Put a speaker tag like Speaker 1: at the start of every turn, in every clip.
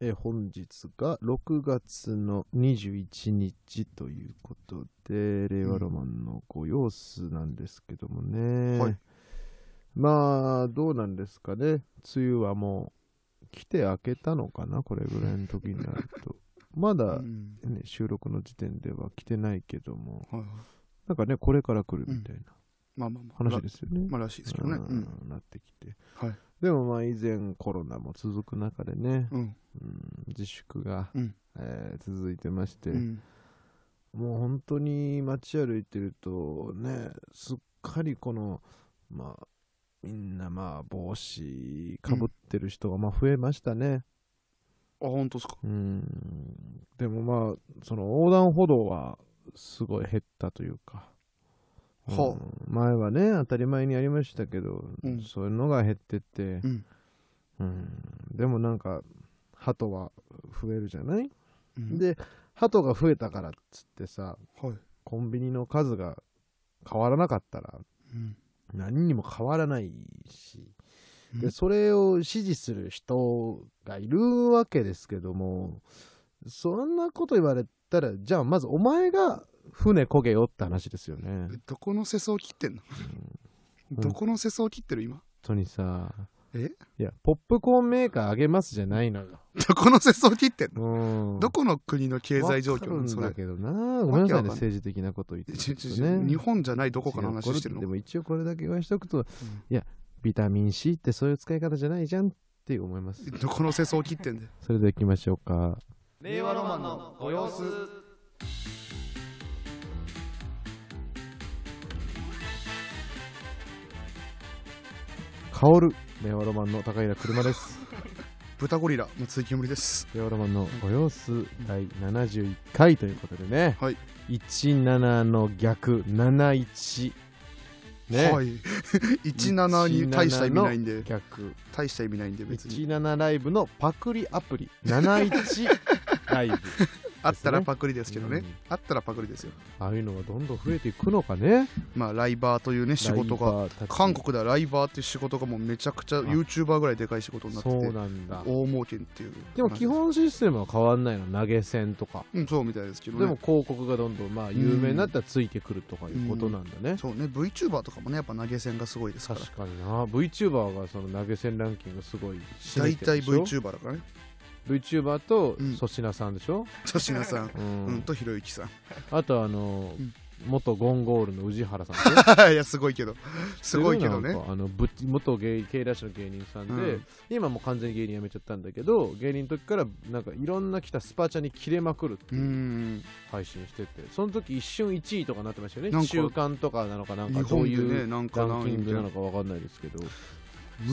Speaker 1: えー本日が6月の21日ということで、令和ロマンのご様子なんですけどもね。
Speaker 2: はい
Speaker 1: まあ、どうなんですかね。梅雨はもう、来て明けたのかな、これぐらいの時になる と。まだ、
Speaker 2: うん
Speaker 1: ね、収録の時点では来てないけども、
Speaker 2: はいはい
Speaker 1: なんかね、これから来るみたいな
Speaker 2: まあまあまあ。
Speaker 1: 話ですよね。
Speaker 2: まあらしいですけどね。うん。
Speaker 1: うんなってきて。
Speaker 2: はい。
Speaker 1: でもまあ、以前コロナも続く中でね、
Speaker 2: うん。
Speaker 1: うん自粛が、
Speaker 2: うん
Speaker 1: えー続いてまして、
Speaker 2: うん。
Speaker 1: もう本当に街歩いてるとねすっかりこのまあみんなまあ帽子かぶってる人がまあ増えましたね、
Speaker 2: あ、本当ですか。
Speaker 1: うん、でもまあその横断歩道はすごい減ったというか、うん
Speaker 2: は
Speaker 1: 前はね当たり前にありましたけど、
Speaker 2: うん
Speaker 1: そういうのが減ってって
Speaker 2: う、ん。
Speaker 1: うん、でもなんか鳩は増えるじゃない
Speaker 2: うん、
Speaker 1: で、鳩が増えたからっつってさ、
Speaker 2: はい。
Speaker 1: コンビニの数が変わらなかったら、
Speaker 2: うん。
Speaker 1: 何にも変わらないし、
Speaker 2: う
Speaker 1: で、
Speaker 2: ん
Speaker 1: それを支持する人がいるわけですけども、そんなこと言われたら、じゃあまずお前が船こげよって話ですよね。本
Speaker 2: どこの世相を切ってんの、
Speaker 1: ん
Speaker 2: どこの世相を切ってる今
Speaker 1: 当にさ、
Speaker 2: え
Speaker 1: いや、ポップコーンメーカーあげますじゃないのよ。
Speaker 2: どこの世相を切ってんの
Speaker 1: うん。
Speaker 2: どこの国の経済状況
Speaker 1: わ
Speaker 2: な
Speaker 1: か
Speaker 2: の
Speaker 1: るん
Speaker 2: そ
Speaker 1: だ
Speaker 2: れ。
Speaker 1: けどな。ごめんなさいね、
Speaker 2: わけわかんない
Speaker 1: 政治的なこと言って
Speaker 2: ちょ
Speaker 1: る
Speaker 2: ち
Speaker 1: と
Speaker 2: ょ
Speaker 1: ね。
Speaker 2: ちょ日本じゃないどこかの
Speaker 1: 違う
Speaker 2: 話してる
Speaker 1: これで
Speaker 2: の
Speaker 1: も一応これだけ言わしておくと
Speaker 2: ん、
Speaker 1: いや、ビタミン C ってそういう使い方じゃないじゃんって思います。
Speaker 2: どこの世相を切ってんだよ。
Speaker 1: それでは行きましょうか。
Speaker 3: 令和ロマンのご様子
Speaker 1: カオル、令和ロマンの高平車です。
Speaker 2: 豚ゴリラの追求無理です。
Speaker 1: 令和ロマンのご様子、第71回ということでね、
Speaker 2: はい
Speaker 1: 17の逆、71。ね、
Speaker 2: はい。17に大した意味ないんで、
Speaker 1: 逆。
Speaker 2: 大した意味ないんで別に。
Speaker 1: 17ライブのパクリアプリ、71ラ イブ。
Speaker 2: あったらパクリですけどね。
Speaker 1: うん
Speaker 2: あったらパクリですよ。
Speaker 1: ああいうのがどんどん増えていくのかね。
Speaker 2: まあ、ライバーというね、仕事が。
Speaker 1: ライバーたち
Speaker 2: 韓国ではライバーっていう仕事がもうめちゃくちゃ YouTuber ぐらいでかい仕事になって
Speaker 1: そう
Speaker 2: て
Speaker 1: なんだ
Speaker 2: 大儲けっていう
Speaker 1: でも基本システムは変わんないの投げ銭とか
Speaker 2: うんそうみたいですけどね
Speaker 1: でも広告がどんどんまあ有名になったらついてくるとかいうことなんだね、
Speaker 2: そうね VTuber とかもねやっぱ投げ銭がすごいですから
Speaker 1: 確かにな VTuber がその投げ銭ランキングすごい占め
Speaker 2: 大
Speaker 1: てる
Speaker 2: 体
Speaker 1: でしょ
Speaker 2: VTuber だからね
Speaker 1: VTuber と
Speaker 2: うん
Speaker 1: 粗品さんでしょ、
Speaker 2: 粗品さん
Speaker 1: う
Speaker 2: うんん、とひろゆきさん
Speaker 1: あとあのー
Speaker 2: うん
Speaker 1: 元ゴンゴールの宇治原さん
Speaker 2: いやすごいけど すごいけど
Speaker 1: 知ってる
Speaker 2: ね
Speaker 1: なんかあのぶっ元芸経営者の芸人さんで、
Speaker 2: うん
Speaker 1: 今もう完全に芸人辞めちゃったんだけど芸人の時からなんかいろんな来たスパチャに切れまくるって
Speaker 2: う
Speaker 1: いう、
Speaker 2: ん
Speaker 1: 配信しててその時一瞬1位とかなってましたよ
Speaker 2: なん
Speaker 1: ね
Speaker 2: か
Speaker 1: 週間とかなのかなん
Speaker 2: 日
Speaker 1: かどう
Speaker 2: 本
Speaker 1: い
Speaker 2: でね
Speaker 1: う
Speaker 2: なん
Speaker 1: ラ
Speaker 2: か
Speaker 1: ン
Speaker 2: 何
Speaker 1: キ
Speaker 2: 位
Speaker 1: ン
Speaker 2: みた
Speaker 1: グ
Speaker 2: い
Speaker 1: な
Speaker 2: な
Speaker 1: のかわかんないですけど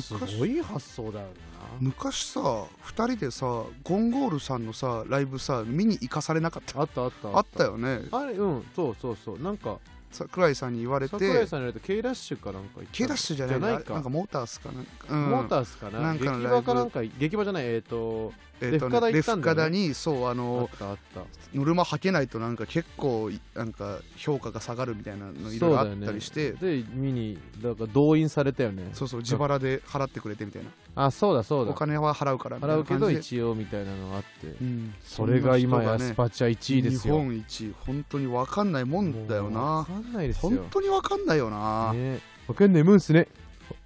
Speaker 1: す
Speaker 2: 昔
Speaker 1: ごい発想だよな
Speaker 2: 昔さ2人でさゴンゴールさんのさライブさ見に行かされなかった
Speaker 1: あったあった
Speaker 2: あったよね
Speaker 1: あれうんそうそうそうなんか
Speaker 2: 桜井さんに言われ
Speaker 1: 桜井
Speaker 2: て
Speaker 1: さんに言われて K ラッシュかなんか行ったの
Speaker 2: K ダッシュじゃないな
Speaker 1: か
Speaker 2: なんかモータースかなんか、うん
Speaker 1: モータースかな
Speaker 2: なんかの
Speaker 1: 劇
Speaker 2: ライ
Speaker 1: 場
Speaker 2: ブ
Speaker 1: かなんか劇場じゃないえっ、と
Speaker 2: えっ
Speaker 1: レフ
Speaker 2: と
Speaker 1: カダ
Speaker 2: ね、
Speaker 1: 行
Speaker 2: レ
Speaker 1: った
Speaker 2: フ
Speaker 1: んだよね
Speaker 2: カダにそうあ
Speaker 1: あっ
Speaker 2: の
Speaker 1: たあった
Speaker 2: ノルマはけないとなんか結構いなんか評価が下がるみたいなのいろいろあったりして
Speaker 1: そうだよね、で見にだから動員されたよね
Speaker 2: そうそう自腹で払ってくれてみたいな
Speaker 1: あそうだそう
Speaker 2: お
Speaker 1: だ
Speaker 2: 金は払うからみたい
Speaker 1: 払
Speaker 2: な
Speaker 1: うけ
Speaker 2: 感
Speaker 1: ど
Speaker 2: じで
Speaker 1: 一応みたいなのがあって
Speaker 2: うん
Speaker 1: それが今や
Speaker 2: そんな
Speaker 1: ス
Speaker 2: 人がね
Speaker 1: パチャ1位ですよ
Speaker 2: 日本一位本当に分かんないもんだよ
Speaker 1: もうわ
Speaker 2: な
Speaker 1: かんないですよ。
Speaker 2: 本当に分かんないよな、
Speaker 1: ねわかんないもんっすね。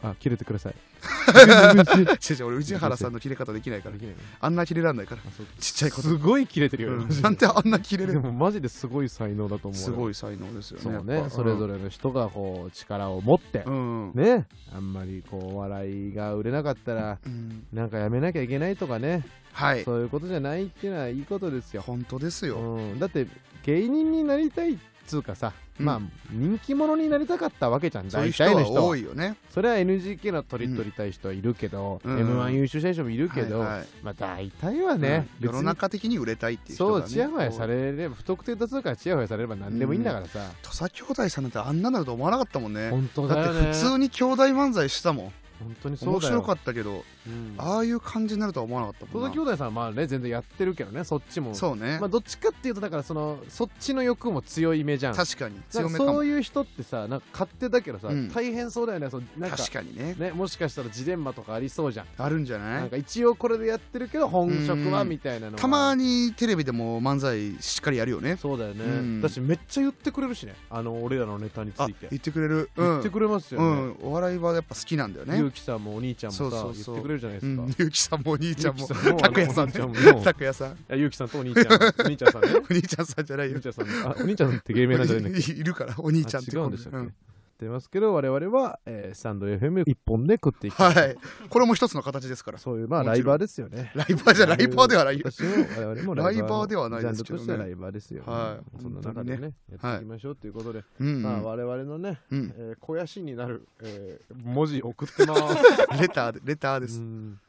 Speaker 1: あ、切れてください。
Speaker 2: 違う違う俺宇治原さんの切れ方できないから
Speaker 1: できないの
Speaker 2: あんな切れらんないから
Speaker 1: あそう
Speaker 2: ちっちゃいこと、
Speaker 1: すごい切れてるよ
Speaker 2: う
Speaker 1: ね。マジ
Speaker 2: ん
Speaker 1: で
Speaker 2: なんてあんな切れ
Speaker 1: で
Speaker 2: る
Speaker 1: もマジですごい才能だと思うよ。
Speaker 2: すごい才能ですよね
Speaker 1: そう
Speaker 2: やっ
Speaker 1: ね。
Speaker 2: ぱ
Speaker 1: それぞれの人がこう力を持って
Speaker 2: う、ん、うん
Speaker 1: ね。あんまりこうお笑いが売れなかったら、
Speaker 2: うん
Speaker 1: なんかやめなきゃいけないとかね。
Speaker 2: はい
Speaker 1: そういうことじゃないっていうのはいいことですよ。
Speaker 2: 本当ですよ、
Speaker 1: うん、だって芸人になりたいっつうかさ、
Speaker 2: うん
Speaker 1: まあ人気者になりたかったわけじゃん
Speaker 2: そういう
Speaker 1: 大
Speaker 2: 人
Speaker 1: 体の
Speaker 2: は
Speaker 1: 人は
Speaker 2: 多いよね
Speaker 1: それは NGK の取り取りたい人はいるけど、
Speaker 2: うん
Speaker 1: m 1優勝した人もいるけど、
Speaker 2: はいはい
Speaker 1: まあ大体はね、
Speaker 2: うん世の
Speaker 1: 別
Speaker 2: 中的に売れたいってい
Speaker 1: に
Speaker 2: う人
Speaker 1: そ
Speaker 2: が、
Speaker 1: う
Speaker 2: ね、
Speaker 1: ちやほやされれば不特定多数からちやほやされれば何でもいいんだからさ、
Speaker 2: 土佐兄弟さんなんてあんなのと思わなかったもんね
Speaker 1: 本当だよ
Speaker 2: だって
Speaker 1: ね
Speaker 2: 普通に兄弟漫才したもん
Speaker 1: 本当にそうだよ
Speaker 2: 面白かったけど
Speaker 1: うん
Speaker 2: ああいう感じになるとは思わなかった
Speaker 1: 戸
Speaker 2: もん
Speaker 1: 田兄
Speaker 2: な
Speaker 1: 弟さんはまあね全然やってるけどねそっちも
Speaker 2: そうね、
Speaker 1: まあ、どっちかっていうとだからそのそっちの欲も強い目じゃん
Speaker 2: 確かに強め
Speaker 1: だ
Speaker 2: から
Speaker 1: そ
Speaker 2: も
Speaker 1: ういう人ってさなんか勝手だけどさ、
Speaker 2: うん
Speaker 1: 大変そうだよねそのなんか
Speaker 2: 確かにね
Speaker 1: ね、もしかしたらジレンマとかありそうじゃん
Speaker 2: あるんじゃな
Speaker 1: なん
Speaker 2: い
Speaker 1: か一応これでやってるけど本職は
Speaker 2: うん
Speaker 1: みたいなのは
Speaker 2: たまにテレビでも漫才しっかりやるよね
Speaker 1: そうだよね、
Speaker 2: うん
Speaker 1: だしめっちゃ言ってくれるしねあの俺らのネタにつ
Speaker 2: あ
Speaker 1: いて
Speaker 2: 言ってくれるうん
Speaker 1: 言ってくれますよね、
Speaker 2: うんお笑いはやっぱ好きなんだよね
Speaker 1: ゆうきさんもお兄ちゃんもさ
Speaker 2: そうそうそ
Speaker 1: 言
Speaker 2: う
Speaker 1: ってくれるじゃないで
Speaker 2: う
Speaker 1: すか、
Speaker 2: んゆうきさんもお兄ちゃんも
Speaker 1: ゆうきさんも
Speaker 2: 拓也さんね
Speaker 1: お兄ちゃんも
Speaker 2: 拓也さん
Speaker 1: いやゆうきさんとお兄ちゃんお兄ちゃんさん ね
Speaker 2: お兄ちゃんさんじゃない
Speaker 1: お
Speaker 2: よ
Speaker 1: 兄ちゃんさんあお兄ちゃんって芸名なんじゃないんだっけ
Speaker 2: いるから お兄ちゃんって
Speaker 1: あ違うんでしたっけ、
Speaker 2: う
Speaker 1: 言
Speaker 2: ん
Speaker 1: ってますけど我々は、えー、スタンド FM 一本で食っていく、
Speaker 2: はいこれも一つの形ですから
Speaker 1: そういうまあ
Speaker 2: もちろん
Speaker 1: ライバーですよね
Speaker 2: ライバーじゃライバーではないよ
Speaker 1: 私も我々もライバー
Speaker 2: ライバーではないですけどね
Speaker 1: ジャンルとしてはライバーですよ、ね
Speaker 2: はい
Speaker 1: そんな中でねやっていきましょうということで、
Speaker 2: うんうん
Speaker 1: まあ我々のね、
Speaker 2: うん
Speaker 1: えー肥やしになる、えー文字送ってます
Speaker 2: レターでレター で
Speaker 1: う
Speaker 2: す
Speaker 1: ん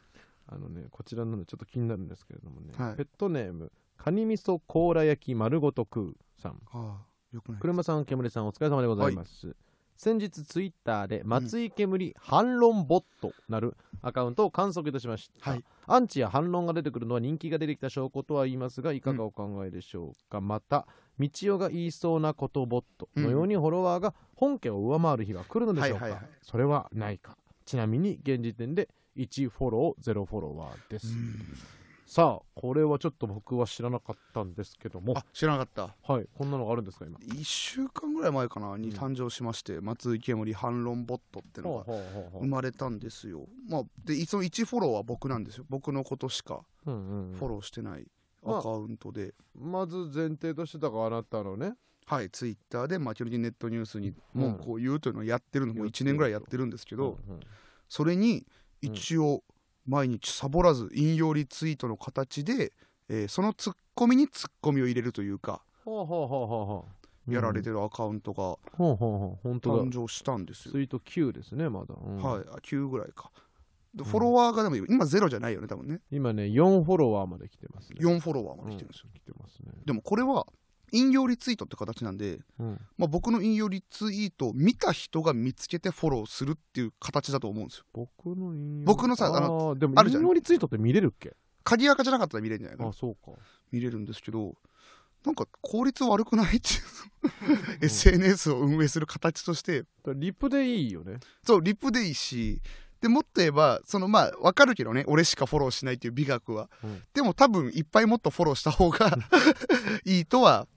Speaker 1: あのねこちらなのでちょっと気になるんですけれどもね、
Speaker 2: はい
Speaker 1: ペットネームカニ味噌甲羅焼き丸ごと食うさん
Speaker 2: ああよくない
Speaker 1: 車さん煙さんお疲れ様でございます、先日ツイッターで松井煙反論ボットなるアカウントを観測いたしました、
Speaker 2: はい
Speaker 1: アンチや反論が出てくるのは人気が出てきた証拠とは言いますがいかがお考えでしょうか、また道夫が言いそうなことボットのようにフォロワーが本家を上回る日が来るのでしょうか、
Speaker 2: はいはいはい
Speaker 1: それはないかちなみに現時点で1フォロー0フォロワーです、
Speaker 2: うん
Speaker 1: さあこれはちょっと僕は知らなかったんですけども
Speaker 2: あ知らなかった
Speaker 1: はいこんなのがあるんですか今
Speaker 2: 1週間ぐらい前かなに誕生しまして松井けむり反論ボットってのが
Speaker 1: ほうほうほうほう
Speaker 2: 生まれたんですよまあでその1フォローは僕なんですよ僕のことしか
Speaker 1: うんうんうん
Speaker 2: フォローしてないアカウントで、
Speaker 1: まず前提としてだからあなたのね
Speaker 2: はいツイッターでマキロリネットニュースに
Speaker 1: うん
Speaker 2: 文句を言うというのをやってるのも
Speaker 1: 言って
Speaker 2: 1
Speaker 1: る
Speaker 2: 年ぐらいやってるんですけど、
Speaker 1: うんうん
Speaker 2: それに一応毎日サボらず引用リツイートの形で、えーそのツッコミにツッコミを入れるというか
Speaker 1: ほうほうほうほうほう
Speaker 2: やられ
Speaker 1: る
Speaker 2: てるアカウントが
Speaker 1: ほうほうほう本当だ
Speaker 2: 誕生したんですよ、
Speaker 1: ツイート9ですねまだ、うん
Speaker 2: はいあ9ぐらいかでフォロワーがでも今ゼロじゃないよね多分ね
Speaker 1: 今ね4フォロワーまで来てますね
Speaker 2: 4フォロワーまで来てるんですよ、
Speaker 1: うん来てますね
Speaker 2: でもこれは引用リツイートって形なんで、
Speaker 1: うん
Speaker 2: まあ、僕の引用リツイートを見た人が見つけてフォローするっていう形だと思うんですよ
Speaker 1: 僕の引用
Speaker 2: 僕のさあ
Speaker 1: のでも
Speaker 2: あるじゃ
Speaker 1: 引
Speaker 2: ん
Speaker 1: 用リツイートって見れるっけ
Speaker 2: 鍵垢じゃなかったら見れるんじゃないか
Speaker 1: あ
Speaker 2: な
Speaker 1: そうか
Speaker 2: 見れるんですけどなんか効率悪くないっていう SNS を運営する形として
Speaker 1: だからリプでいいよね
Speaker 2: そうリプでいいしでもっと言えばそのまあ分かるけどね俺しかフォローしないっていう美学は、
Speaker 1: うん
Speaker 2: でも多分いっぱいもっとフォローした 方がいいとは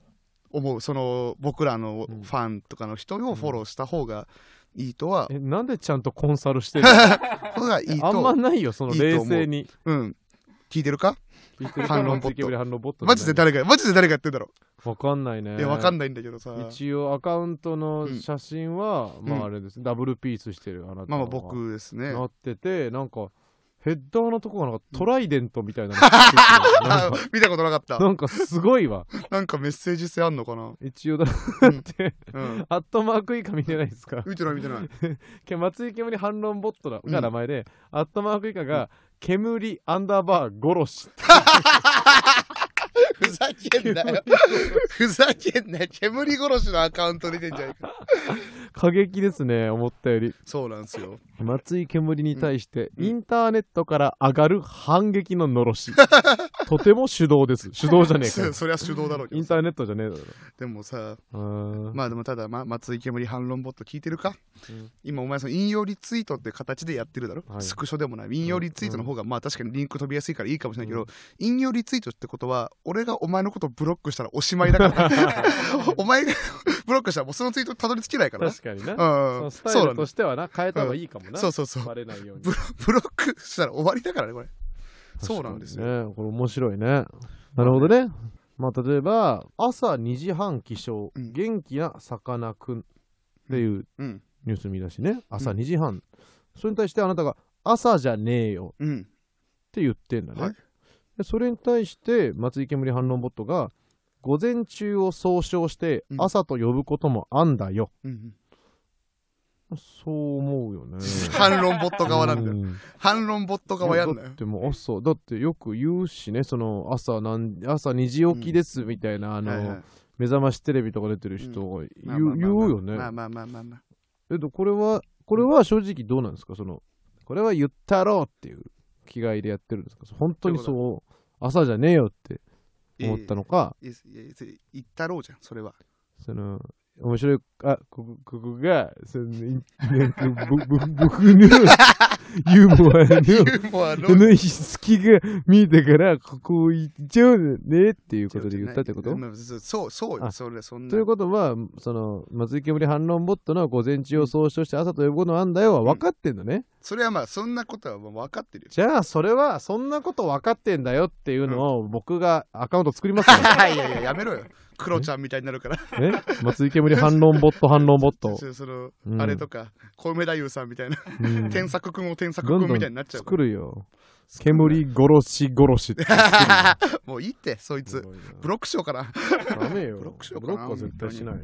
Speaker 2: 思うその僕らの
Speaker 1: うん
Speaker 2: ファンとかの人をフォローした方がいいとは、
Speaker 1: えなんでちゃんとコンサルしてるの
Speaker 2: 方 がいい
Speaker 1: あんま
Speaker 2: と
Speaker 1: ないよその
Speaker 2: いいと思
Speaker 1: 冷
Speaker 2: う
Speaker 1: 静に
Speaker 2: うん聞いてるか反論ボット
Speaker 1: 反論ボット
Speaker 2: マジで誰がマジで誰がやってんだろ、
Speaker 1: わかんないうね
Speaker 2: いや分かんないんだけどさ
Speaker 1: 一応アカウントの写真は、
Speaker 2: ん
Speaker 1: ま
Speaker 2: うん
Speaker 1: ああれです、ダブルピースしてるあなたの
Speaker 2: まあまあ僕ですね
Speaker 1: なっててなんかヘッダーのとこがなんかトライデントみたいなの
Speaker 2: あ
Speaker 1: なんか
Speaker 2: 見た ことなかった
Speaker 1: なんかすごいわ
Speaker 2: なんかメッセージ性あんのかな
Speaker 1: 一応だ
Speaker 2: う
Speaker 1: っ
Speaker 2: ん
Speaker 1: て、
Speaker 2: うん。
Speaker 1: アットマーク以下見てないですか
Speaker 2: 見てない見てない。
Speaker 1: け松井煙反論ボットだ
Speaker 2: うん
Speaker 1: が名前で、アットマーク以下が煙アンダーバー殺し
Speaker 2: ふざけんなよ。ふざけんなよ。煙殺しのアカウント出てんじゃないか。
Speaker 1: 過激ですね思ったより
Speaker 2: そうなんですよ。
Speaker 1: 松井煙に対して、
Speaker 2: うん
Speaker 1: インターネットから上がる反撃ののろしとても手動 です手動じゃねえかよ
Speaker 2: そそりゃ手動だろうけ
Speaker 1: イ
Speaker 2: ど
Speaker 1: ン。ターネットじゃねえだろ
Speaker 2: でもさ、
Speaker 1: うーん
Speaker 2: まあでもただ、ま、松井煙反論ボット聞いてるか、
Speaker 1: うん
Speaker 2: 今お前その引用リツイートって形でやってるだろ、
Speaker 1: はい
Speaker 2: スクショでもない。引用リツイートの方が、まあ確かにリンク飛びやすいからいいかもしれないけど、
Speaker 1: う
Speaker 2: 引用リツイートってことは、俺がお前のことブロックしたらおしまいだ から。お前が ブロックしたらもうそのツイートたどり着けないからな。
Speaker 1: 確かにな、そ
Speaker 2: うんう
Speaker 1: の
Speaker 2: ん。
Speaker 1: スタイ
Speaker 2: そうな
Speaker 1: ル
Speaker 2: んだ
Speaker 1: と。してはな変えた方がいいかもな、
Speaker 2: そうそうそう。
Speaker 1: バレないように
Speaker 2: ブロブロックしたら終わりだからねこれそうなんですよ、
Speaker 1: よ、ね、これ面白いねなるほどねまあ例えば朝2時半起床、
Speaker 2: うん
Speaker 1: 元気なさかなクンっていう
Speaker 2: うん
Speaker 1: ニュース見出しね朝2時半、それに対してあなたが朝じゃねえよ
Speaker 2: うん
Speaker 1: って言ってんだね、
Speaker 2: はい
Speaker 1: でそれに対して松井煙反論ボットが午前中を総称して
Speaker 2: うん
Speaker 1: 朝と呼ぶこともあんだよ、
Speaker 2: うん
Speaker 1: そう思うよね
Speaker 2: 反論ボット側なんだよ
Speaker 1: よ
Speaker 2: 反論ボット側やんな
Speaker 1: だ
Speaker 2: よ
Speaker 1: ってもう朝だってよく言うしねその朝なん朝2時起きですみたいな、あの、
Speaker 2: はいはい
Speaker 1: 目覚ましテレビとか出てる人が言
Speaker 2: ま
Speaker 1: う,、
Speaker 2: あまあまあまあ
Speaker 1: 言うよね、
Speaker 2: まあまあまあまあまあ
Speaker 1: えっとこれはこれは正直どうなんですかそのこれは言ったろうっていう気概でやってるんですか本当にそう朝じゃねえよって思ったのか、
Speaker 2: いやいやいや言ったろうじゃんそれ は
Speaker 1: その面白いあここここがそのいなんかぼぼ僕のユーモアの
Speaker 2: ユーモアの
Speaker 1: その隙が見えたからここを行っちゃうねっていうことで言ったってこと
Speaker 2: まあそうそうよ
Speaker 1: あ
Speaker 2: それそんな
Speaker 1: ということはその松井煙反論ボットの午前中を総称して朝と呼ぶことの案だよは分かってんだね、
Speaker 2: それはまあそんなことはもう分か ってるよ
Speaker 1: じゃあそれはそんなこと分かってんだよっていうのを僕がアカウント作りますから
Speaker 2: いやいややめろよクロちゃんみたいになるから
Speaker 1: え松井煙反論ボット反論ボット
Speaker 2: ち、ょその、
Speaker 1: うん
Speaker 2: あれとか小梅太夫さんみたいな
Speaker 1: うん
Speaker 2: 天作くんを天作く
Speaker 1: どん
Speaker 2: ん
Speaker 1: ど
Speaker 2: みたいになんっちゃうか
Speaker 1: 作
Speaker 2: ら
Speaker 1: るよ煙殺し殺し って
Speaker 2: もういいってそいつ
Speaker 1: すごいな
Speaker 2: ブロックしようかな
Speaker 1: ダメよ
Speaker 2: ブロックしよう
Speaker 1: ブ
Speaker 2: か
Speaker 1: ロ
Speaker 2: な
Speaker 1: ックは絶対しないね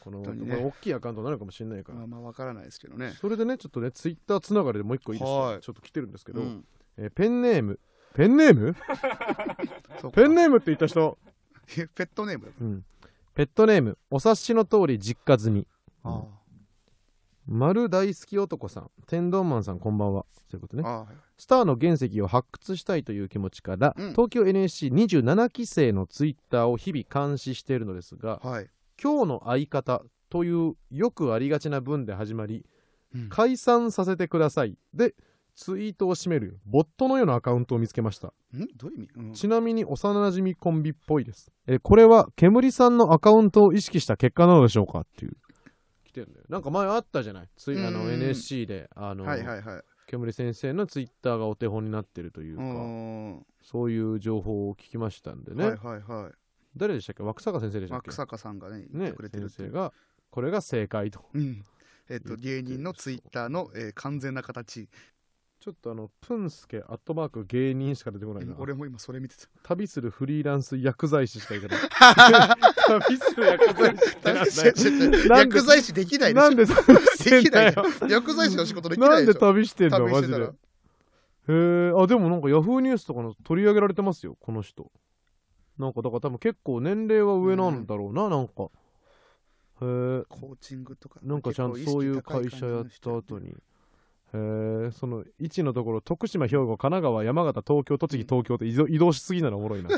Speaker 1: この
Speaker 2: 本当に
Speaker 1: こ
Speaker 2: ね
Speaker 1: れ大きいアカウントになるかもしれないから
Speaker 2: まあまあ分からないですけどね
Speaker 1: それでねちょっとねツイッターつながりでもう一個いいです
Speaker 2: は
Speaker 1: か
Speaker 2: い
Speaker 1: ちょっと来てるんですけ
Speaker 2: け
Speaker 1: ど、
Speaker 2: ど、
Speaker 1: えーペンネームペンネーム
Speaker 2: そうか
Speaker 1: ペンネームって言った人、
Speaker 2: ペットネームだ
Speaker 1: うん、ペットネームお察しの通り実家済み
Speaker 2: あ
Speaker 1: 丸大好き男さん天丼マンさんこんばんはということね
Speaker 2: あああ
Speaker 1: スターの原石を発掘したいという気持ちから、
Speaker 2: うん
Speaker 1: 東京 NSC27 期生のツイッターを日々監視しているのですが
Speaker 2: はい、
Speaker 1: 「今日の相方」というよくありがちな文で始まり
Speaker 2: う
Speaker 1: 「
Speaker 2: ん
Speaker 1: 解散させてください」でツイートを締めるボットのようなアカウントを見つけました
Speaker 2: んどういう意味、うん
Speaker 1: ちなみに幼馴染コンビっぽいですえこれは煙さんのアカウントを意識した結果なのでしょうかっていう来てるんだよなんか前あったじゃないツイあ
Speaker 2: うんう
Speaker 1: の
Speaker 2: ん
Speaker 1: NSC であの、
Speaker 2: はいはいはい
Speaker 1: 煙先生のツイッターがお手本になってるという
Speaker 2: う
Speaker 1: か、
Speaker 2: ん
Speaker 1: そういう情報を聞きましたんでね、
Speaker 2: はいはいは
Speaker 1: 誰でしたっけ若坂先生でし
Speaker 2: い
Speaker 1: た
Speaker 2: ま
Speaker 1: っ
Speaker 2: あ
Speaker 1: け、
Speaker 2: 草加さんがね言っ
Speaker 1: ね
Speaker 2: てくれてる
Speaker 1: 先
Speaker 2: ってい
Speaker 1: 生
Speaker 2: う
Speaker 1: がこれが正解と
Speaker 2: うんえっ
Speaker 1: 言
Speaker 2: と
Speaker 1: って
Speaker 2: 芸人のツイッターの、えー完全な形
Speaker 1: ちょっとあのプンスケアットマーク芸人しか出てこないな
Speaker 2: 今俺も今それ見て た
Speaker 1: 旅するフリーランス薬剤師しかいか ない旅する薬剤師ってなんだよなんで
Speaker 2: 薬剤師できないでし
Speaker 1: な
Speaker 2: ょ
Speaker 1: んで旅して
Speaker 2: で
Speaker 1: ん
Speaker 2: きな
Speaker 1: だ
Speaker 2: い
Speaker 1: よ
Speaker 2: よ薬剤師の仕事できな
Speaker 1: ないんで
Speaker 2: でしょ
Speaker 1: 旅してんの
Speaker 2: 旅し
Speaker 1: マ
Speaker 2: て
Speaker 1: ジ
Speaker 2: た
Speaker 1: で
Speaker 2: ら
Speaker 1: へえあでもなんかヤフーニュースとかの取り上げられてますよこの人なんかだから多分結構年齢は上なんだろうな、なんかへえ
Speaker 2: コーチングとか
Speaker 1: なんかちゃんとそういう会社やった後に、へえ、その位置のところ、徳島、兵庫、神奈川、山形、東京、栃木、東京って移動移動しすぎなのおもろいな。へ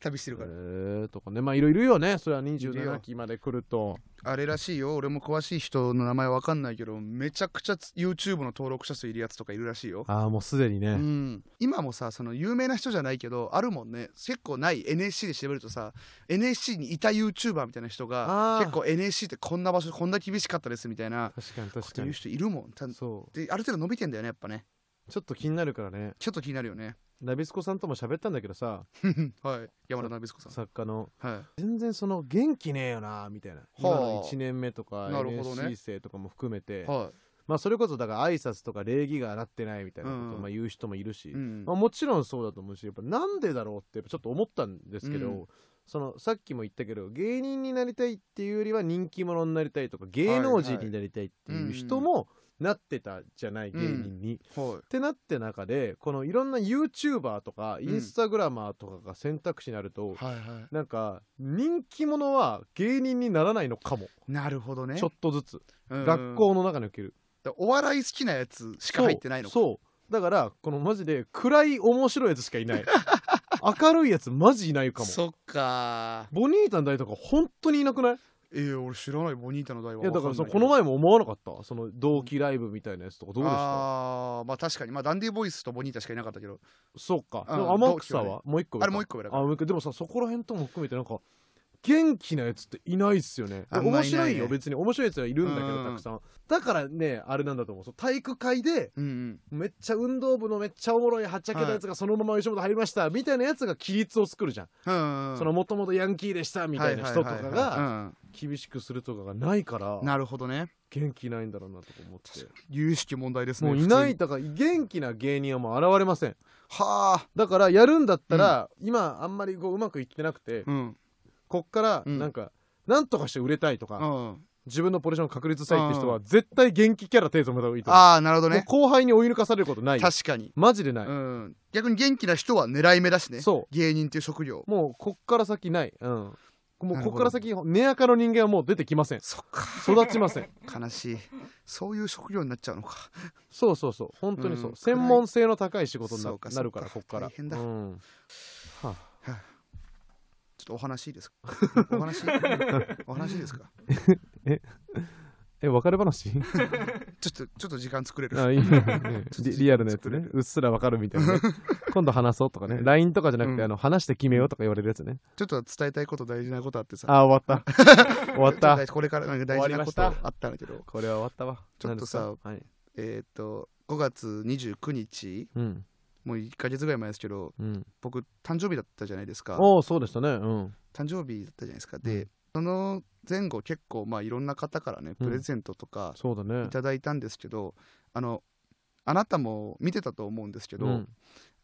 Speaker 2: 旅してるから、
Speaker 1: え、とかね、まあいろいろいるよね、それは27期まで来ると。
Speaker 2: あれらしいよ俺も詳しい人の名前わかんないけどめちゃくちゃ YouTube の登録者数いるやつとかいるらしいよ、
Speaker 1: ああ、もうすでに
Speaker 2: う
Speaker 1: ね。
Speaker 2: ん、今もさその有名な人じゃないけどあるもんね結構ない NSC で調べるとさ NSC にいた YouTuber みたいな人
Speaker 1: あ
Speaker 2: が
Speaker 1: ー
Speaker 2: 結構 NSC ってこんな場所でこんな厳しかったですみたいな
Speaker 1: 確かに
Speaker 2: こ
Speaker 1: 確
Speaker 2: と
Speaker 1: か
Speaker 2: 言う
Speaker 1: に。
Speaker 2: 人いるもんた
Speaker 1: そ
Speaker 2: である程度伸びてんだよねやっぱね
Speaker 1: う、ちょっと気になるからね、
Speaker 2: ちょっと気になるよね
Speaker 1: ナビスコさんとも喋ったんだけどさ、
Speaker 2: はい山田なびすこさん
Speaker 1: 作家の、
Speaker 2: はい
Speaker 1: 全然その、元気ねえよな、みたいな。今の1年目とか、
Speaker 2: なるほどね
Speaker 1: NSC 生とかも含めて、
Speaker 2: は
Speaker 1: まあそれこそだから挨拶とか礼儀がなってないみたいなこと
Speaker 2: うん
Speaker 1: をまあ言う人もいるし、
Speaker 2: い、うん
Speaker 1: まあ、もちろんそうだと思うしやっぱなんでだろうってやっぱちょっと思ったんですけど、
Speaker 2: うん
Speaker 1: そのさっきも言ったけど芸人になりたいっていうよりは人気者になりたいとか芸能人になりたいっていう人もなってたじゃない、
Speaker 2: うん
Speaker 1: 芸人に。
Speaker 2: はい
Speaker 1: ってなって中でこのいろんな YouTuber とか
Speaker 2: ん
Speaker 1: インスタグラマーとかが選択肢になると、
Speaker 2: はいは
Speaker 1: なんか人気者は芸人にならないのかも
Speaker 2: いなるほどね
Speaker 1: ちょっとずつ、
Speaker 2: うん
Speaker 1: 学校の中における。
Speaker 2: だお笑い好きなやつしか入ってないのか
Speaker 1: そうそうだからこのマジで暗い面白いやつしかいない 明るいやつマジいないかも
Speaker 2: そっか
Speaker 1: ボニータの代とか本当にいなくない
Speaker 2: ええ俺知らないボニータの代はい
Speaker 1: やだからそ
Speaker 2: そ
Speaker 1: のこの前も思わなかったその同期ライブみたいなやつとかどうでした
Speaker 2: ああまあ確かにまあダンディボイスとボニータしかいなかったけど
Speaker 1: そうか
Speaker 2: うん
Speaker 1: でも天草
Speaker 2: 同期は
Speaker 1: はもう一個上か
Speaker 2: あれもう一個上だから
Speaker 1: あもう一個でもさそこら辺とも含めてなんか元気なやつっていないっすよね
Speaker 2: あん
Speaker 1: 面
Speaker 2: まいないね
Speaker 1: 白いよ別に面白いやつはいるんだけ
Speaker 2: う
Speaker 1: ど
Speaker 2: ん
Speaker 1: たくさんだからねあれなんだと思うそう体育会で
Speaker 2: うんうん
Speaker 1: めっちゃ運動部のめっちゃおもろいはっちゃけたやつがそのまま吉本入りましたみたいなやつが規律を作るじゃん、
Speaker 2: うんうん
Speaker 1: そのもともとヤンキーでしたみたいな人とか
Speaker 2: はいはいはい
Speaker 1: が
Speaker 2: はい
Speaker 1: 厳しくするとかがないから
Speaker 2: うんなるほどね
Speaker 1: 元気ないんだろうなとか思って
Speaker 2: 有識問題ですね
Speaker 1: もういない
Speaker 2: 普通に
Speaker 1: だから元気な芸人はもう現れません
Speaker 2: はあ
Speaker 1: だからやるんだったら、今あんまりこううまくいってなくて、
Speaker 2: うん
Speaker 1: こっから
Speaker 2: うん
Speaker 1: なんか、なんとかして売れたいとか、
Speaker 2: うん
Speaker 1: 自分のポジションを確立したいって人は
Speaker 2: う
Speaker 1: 絶対元気キャラ手を止めた方がいいと思う
Speaker 2: ああなるほどね
Speaker 1: もう後輩に追い抜かされることない
Speaker 2: 確かに
Speaker 1: マジでない、
Speaker 2: うん逆に元気な人は狙い目だしね
Speaker 1: そう
Speaker 2: 芸人っていう職業
Speaker 1: もうこっから先ない、うん、もう
Speaker 2: なるほど
Speaker 1: ここから先根垢の人間はもう出てきません
Speaker 2: そっか
Speaker 1: 育ちませ ん
Speaker 2: 悲しいそういう職業になっちゃうのか
Speaker 1: そうそうそう本当にそう、
Speaker 2: うん
Speaker 1: 専門性の高い仕事にな
Speaker 2: そうか
Speaker 1: なるからこ
Speaker 2: そう
Speaker 1: こか
Speaker 2: か
Speaker 1: ら
Speaker 2: 大変だ
Speaker 1: うんはあ
Speaker 2: ちょっとお話いい ですかお話お話いいですか
Speaker 1: え別れ話
Speaker 2: ちょっとちょっと時間作れ る
Speaker 1: あいいね リリアルなやつねうっすらわかるみたいな ね今度話そうとかね LINE とかじゃなくて、
Speaker 2: うん
Speaker 1: あの話して決めようとか言われるやつね
Speaker 2: ちょっと伝えたいこと大事なことあってさ
Speaker 1: あー終 わった終わっ
Speaker 2: ちょっと
Speaker 1: た
Speaker 2: 大事これからなんか大事なこと
Speaker 1: 終わ
Speaker 2: あ
Speaker 1: りました
Speaker 2: ったんだけど
Speaker 1: これは終わったわ
Speaker 2: ちょっとさ
Speaker 1: 何ですかはい
Speaker 2: えーっと5月29日
Speaker 1: うん
Speaker 2: もう1か月ぐらい前ですけど
Speaker 1: うん
Speaker 2: 僕誕生日だったじゃないですか
Speaker 1: おおそうでしたねうん
Speaker 2: 誕生日だったじゃないですか
Speaker 1: う
Speaker 2: でその前後結構まあいろんな方からね
Speaker 1: うん
Speaker 2: プレゼントとか
Speaker 1: そうだね
Speaker 2: いただいたんですけど、あのあなたも見てたと思うんですけど、
Speaker 1: うん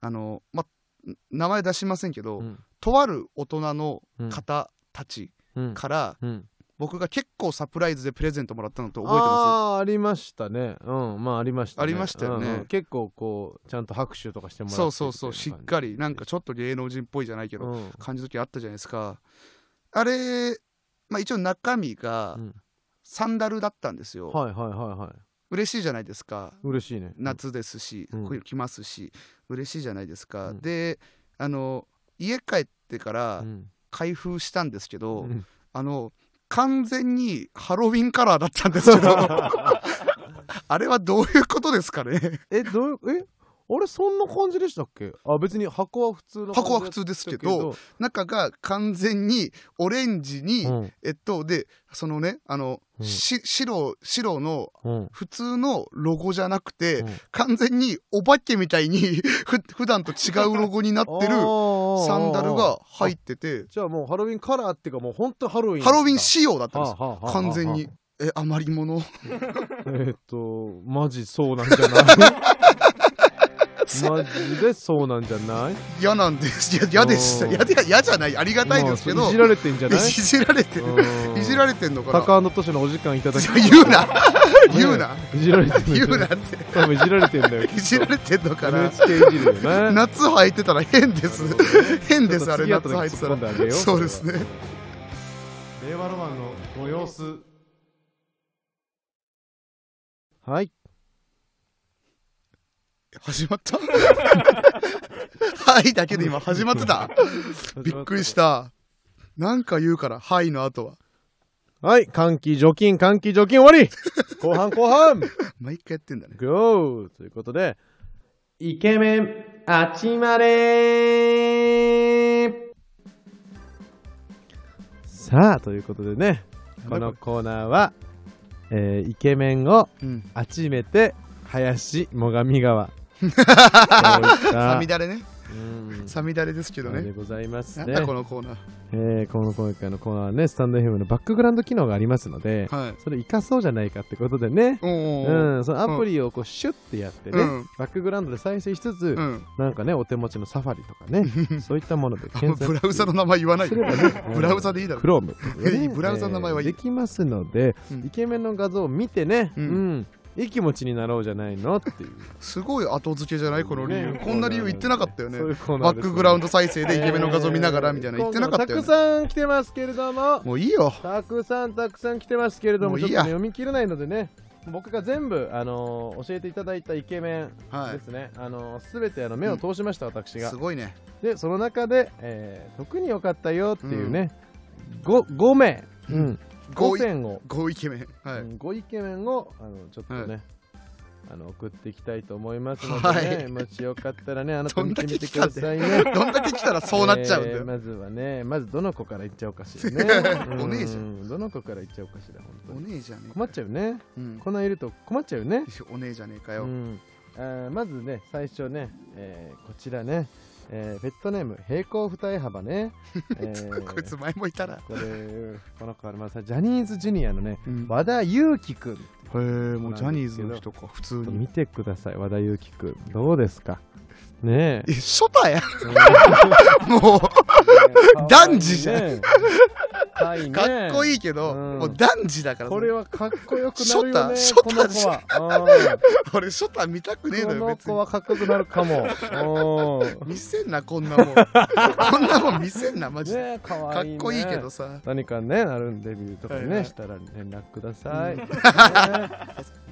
Speaker 2: あのまん名前出しませんけど、
Speaker 1: うん
Speaker 2: とある大人の
Speaker 1: うん
Speaker 2: 方たち
Speaker 1: うん
Speaker 2: から、
Speaker 1: うん
Speaker 2: 僕が結構サプライズでプレゼントもらったのと覚えてます
Speaker 1: ああーありましたねうんまあありましたね
Speaker 2: ありましたよね
Speaker 1: うんうん結構こうちゃんと拍手とかしてもらって
Speaker 2: そうそうそうしっかりなんかちょっと芸能人っぽいじゃないけ
Speaker 1: り
Speaker 2: ど、
Speaker 1: うん
Speaker 2: 感じの時あったじゃないですかあれ、まあ、一応中身が
Speaker 1: うん
Speaker 2: サンダルだったんですよ、
Speaker 1: はいはいはいはい
Speaker 2: 嬉しいじゃないですか
Speaker 1: 嬉しいね
Speaker 2: 夏ですし、
Speaker 1: うん
Speaker 2: 冬来ますし嬉しいじゃないですか、
Speaker 1: うん
Speaker 2: であの家帰ってから
Speaker 1: うん
Speaker 2: 開封したんですけど、
Speaker 1: うん
Speaker 2: あの完全にハロウィンカラーだったんです けどあれはどういうことですかね
Speaker 1: えどういうえあれそんな感じでしたっけあ別に箱は普通の感じ
Speaker 2: 箱は普通です
Speaker 1: だ
Speaker 2: けど
Speaker 1: った
Speaker 2: 中が完全にオレンジに、
Speaker 1: けど
Speaker 2: えっとでそのねあの、
Speaker 1: うん
Speaker 2: し白白の
Speaker 1: うんうん
Speaker 2: 普通のロゴじゃなくて、
Speaker 1: うん
Speaker 2: 完全にお化けみたいに ふ普段と違うロゴになって る
Speaker 1: あー
Speaker 2: サンダルが入ってて
Speaker 1: じゃあもうハロウィンカラーっていうかもう本当ハロウィン
Speaker 2: ハロウィン
Speaker 1: だ
Speaker 2: 仕様だったんで
Speaker 1: は
Speaker 2: す
Speaker 1: あはあはあ
Speaker 2: 完全に
Speaker 1: は
Speaker 2: え余り物
Speaker 1: あえーっとマジそうなんじゃないマジでそうなんじゃない
Speaker 2: 嫌なんですいや嫌でした
Speaker 1: うん
Speaker 2: 嫌で嫌じゃないありがたいですけ
Speaker 1: まあ
Speaker 2: ど
Speaker 1: いじられてんじゃない
Speaker 2: いじられてる
Speaker 1: うん
Speaker 2: いじられてんのかな
Speaker 1: 高野都市のお時間いただき
Speaker 2: いや言うな言うな
Speaker 1: ねいじられてんだ
Speaker 2: 言
Speaker 1: よ
Speaker 2: うなって
Speaker 1: 多分いじられてんだよきっと
Speaker 2: いじられてんのかな
Speaker 1: NHK いじるよね
Speaker 2: 夏履いてたら変です
Speaker 1: なるほどね
Speaker 2: 変ですあれ
Speaker 1: ちょっ
Speaker 2: 夏
Speaker 1: と
Speaker 2: 履い
Speaker 1: 次
Speaker 2: て
Speaker 1: 後で突っ込
Speaker 2: た
Speaker 1: んであげよう
Speaker 2: らそうですね
Speaker 3: 令和ロマンのご様子
Speaker 1: はい
Speaker 2: 始まったはいだけで今始まってたびっくりしたなんか言うから「はい」の後は
Speaker 1: はい換気除菌換気除菌終わ り後半後半
Speaker 2: 毎回やってんだね
Speaker 1: GO! ということでイケメンあちまれさあということでねこのコーナーは、えーイケメンを
Speaker 2: うん
Speaker 1: あちめて林最上川そういった
Speaker 2: さみだれね
Speaker 1: うん
Speaker 2: さみだれですけど
Speaker 1: で
Speaker 2: ね
Speaker 1: ございます
Speaker 2: なん
Speaker 1: ね
Speaker 2: だこのコーナー
Speaker 1: えーこの今回のコーナーはねスタンド FM のバックグラウンド機能がありますので
Speaker 2: はい
Speaker 1: それ生かそうじゃないかってことでね
Speaker 2: お
Speaker 1: う
Speaker 2: ー
Speaker 1: ん、そのアプリをこうシュッてやってね、
Speaker 2: うん
Speaker 1: バックグラウンドで再生しつつ、
Speaker 2: うん
Speaker 1: なんかねお手持ちのサファリとか ねそういったもので
Speaker 2: あんま
Speaker 1: 検索
Speaker 2: ブラウザの名前言わない
Speaker 1: す
Speaker 2: で
Speaker 1: れば ね
Speaker 2: ブラウザでいいだろ
Speaker 1: クローム、
Speaker 2: いい ブラウザの名前はいい
Speaker 1: えーできますので、
Speaker 2: うん
Speaker 1: イケメンの画像を見てねう
Speaker 2: うん
Speaker 1: ん、いい気持ちになろうじゃないのっていう、
Speaker 2: すごい後付けじゃないこの理由
Speaker 1: ね
Speaker 2: こんな理由言ってなかったよね
Speaker 1: そういうコーナ
Speaker 2: バ
Speaker 1: ーで
Speaker 2: ッ
Speaker 1: す
Speaker 2: クグラウンド再生でイケメンの画像見ながらみたいな言ってなかったよ
Speaker 1: えー
Speaker 2: ね
Speaker 1: 今回もたくさん来てますけれども
Speaker 2: もういいよ
Speaker 1: たくさんたくさん来てますけれども
Speaker 2: もういい
Speaker 1: ちょ
Speaker 2: や
Speaker 1: っとね、読み切れないのでね僕が全部、あのー教えていただいたイケメン
Speaker 2: はい
Speaker 1: ですね、あのー全てあの目を通しました、私が
Speaker 2: すごいね
Speaker 1: でその中で、えー特に良かったよっていうね、ごご 5, 名、うん、
Speaker 2: ご
Speaker 1: 5
Speaker 2: い
Speaker 1: 選を、
Speaker 2: ごイケメンは
Speaker 1: う
Speaker 2: い
Speaker 1: ん ご意見をあのちょっとね、
Speaker 2: は
Speaker 1: あの送っていきたいと思いますので、ね
Speaker 2: はい
Speaker 1: もしよかったらねあなた
Speaker 2: どん
Speaker 1: 見
Speaker 2: だ
Speaker 1: て
Speaker 2: け
Speaker 1: みてくださいね。
Speaker 2: どんだけ来たらそうなっちゃうんだ
Speaker 1: えー
Speaker 2: よ
Speaker 1: まずはねまずどの子からいっちゃおうかしらね
Speaker 2: お姉ちゃん
Speaker 1: うどの子からいっちゃおうかしら本当
Speaker 2: お
Speaker 1: に
Speaker 2: 姉じゃねえ
Speaker 1: 困っちゃうね
Speaker 2: うん
Speaker 1: こんなんいると困っちゃうね
Speaker 2: お姉じゃねえか
Speaker 1: う
Speaker 2: よ
Speaker 1: んあーまずね最初ね、えーこちらね、えーペットネーム平行二重幅 ね、えー
Speaker 2: こいつ前もいたら
Speaker 1: これこの子からまさジャニーズジュニアのね
Speaker 2: うん
Speaker 1: 和田裕樹くん
Speaker 2: へえもうジャニーズの人か普通に
Speaker 1: 見てください和田裕樹くんどうですかね
Speaker 2: え初太や
Speaker 1: え
Speaker 2: もう男児じゃん
Speaker 1: ねかいね
Speaker 2: かっこい
Speaker 1: い
Speaker 2: いけど、
Speaker 1: うん
Speaker 2: もう男児だから
Speaker 1: これはかっこよくなるよね
Speaker 2: ショ
Speaker 1: こ
Speaker 2: タ
Speaker 1: の子は
Speaker 2: 俺ショタ見たく ねえ
Speaker 1: うん
Speaker 2: の
Speaker 1: こ
Speaker 2: よ
Speaker 1: の
Speaker 2: 別
Speaker 1: 子
Speaker 2: に
Speaker 1: はかっこよくなるかもうん
Speaker 2: 見せんなこんな もんこんなもん見せんなマジで、
Speaker 1: ねか
Speaker 2: か
Speaker 1: わ
Speaker 2: っ
Speaker 1: いい、ね、
Speaker 2: こいいけどさ
Speaker 1: 何かねなるんデビューとかね、
Speaker 2: はいはい
Speaker 1: したら連絡ください、
Speaker 2: う
Speaker 1: ね、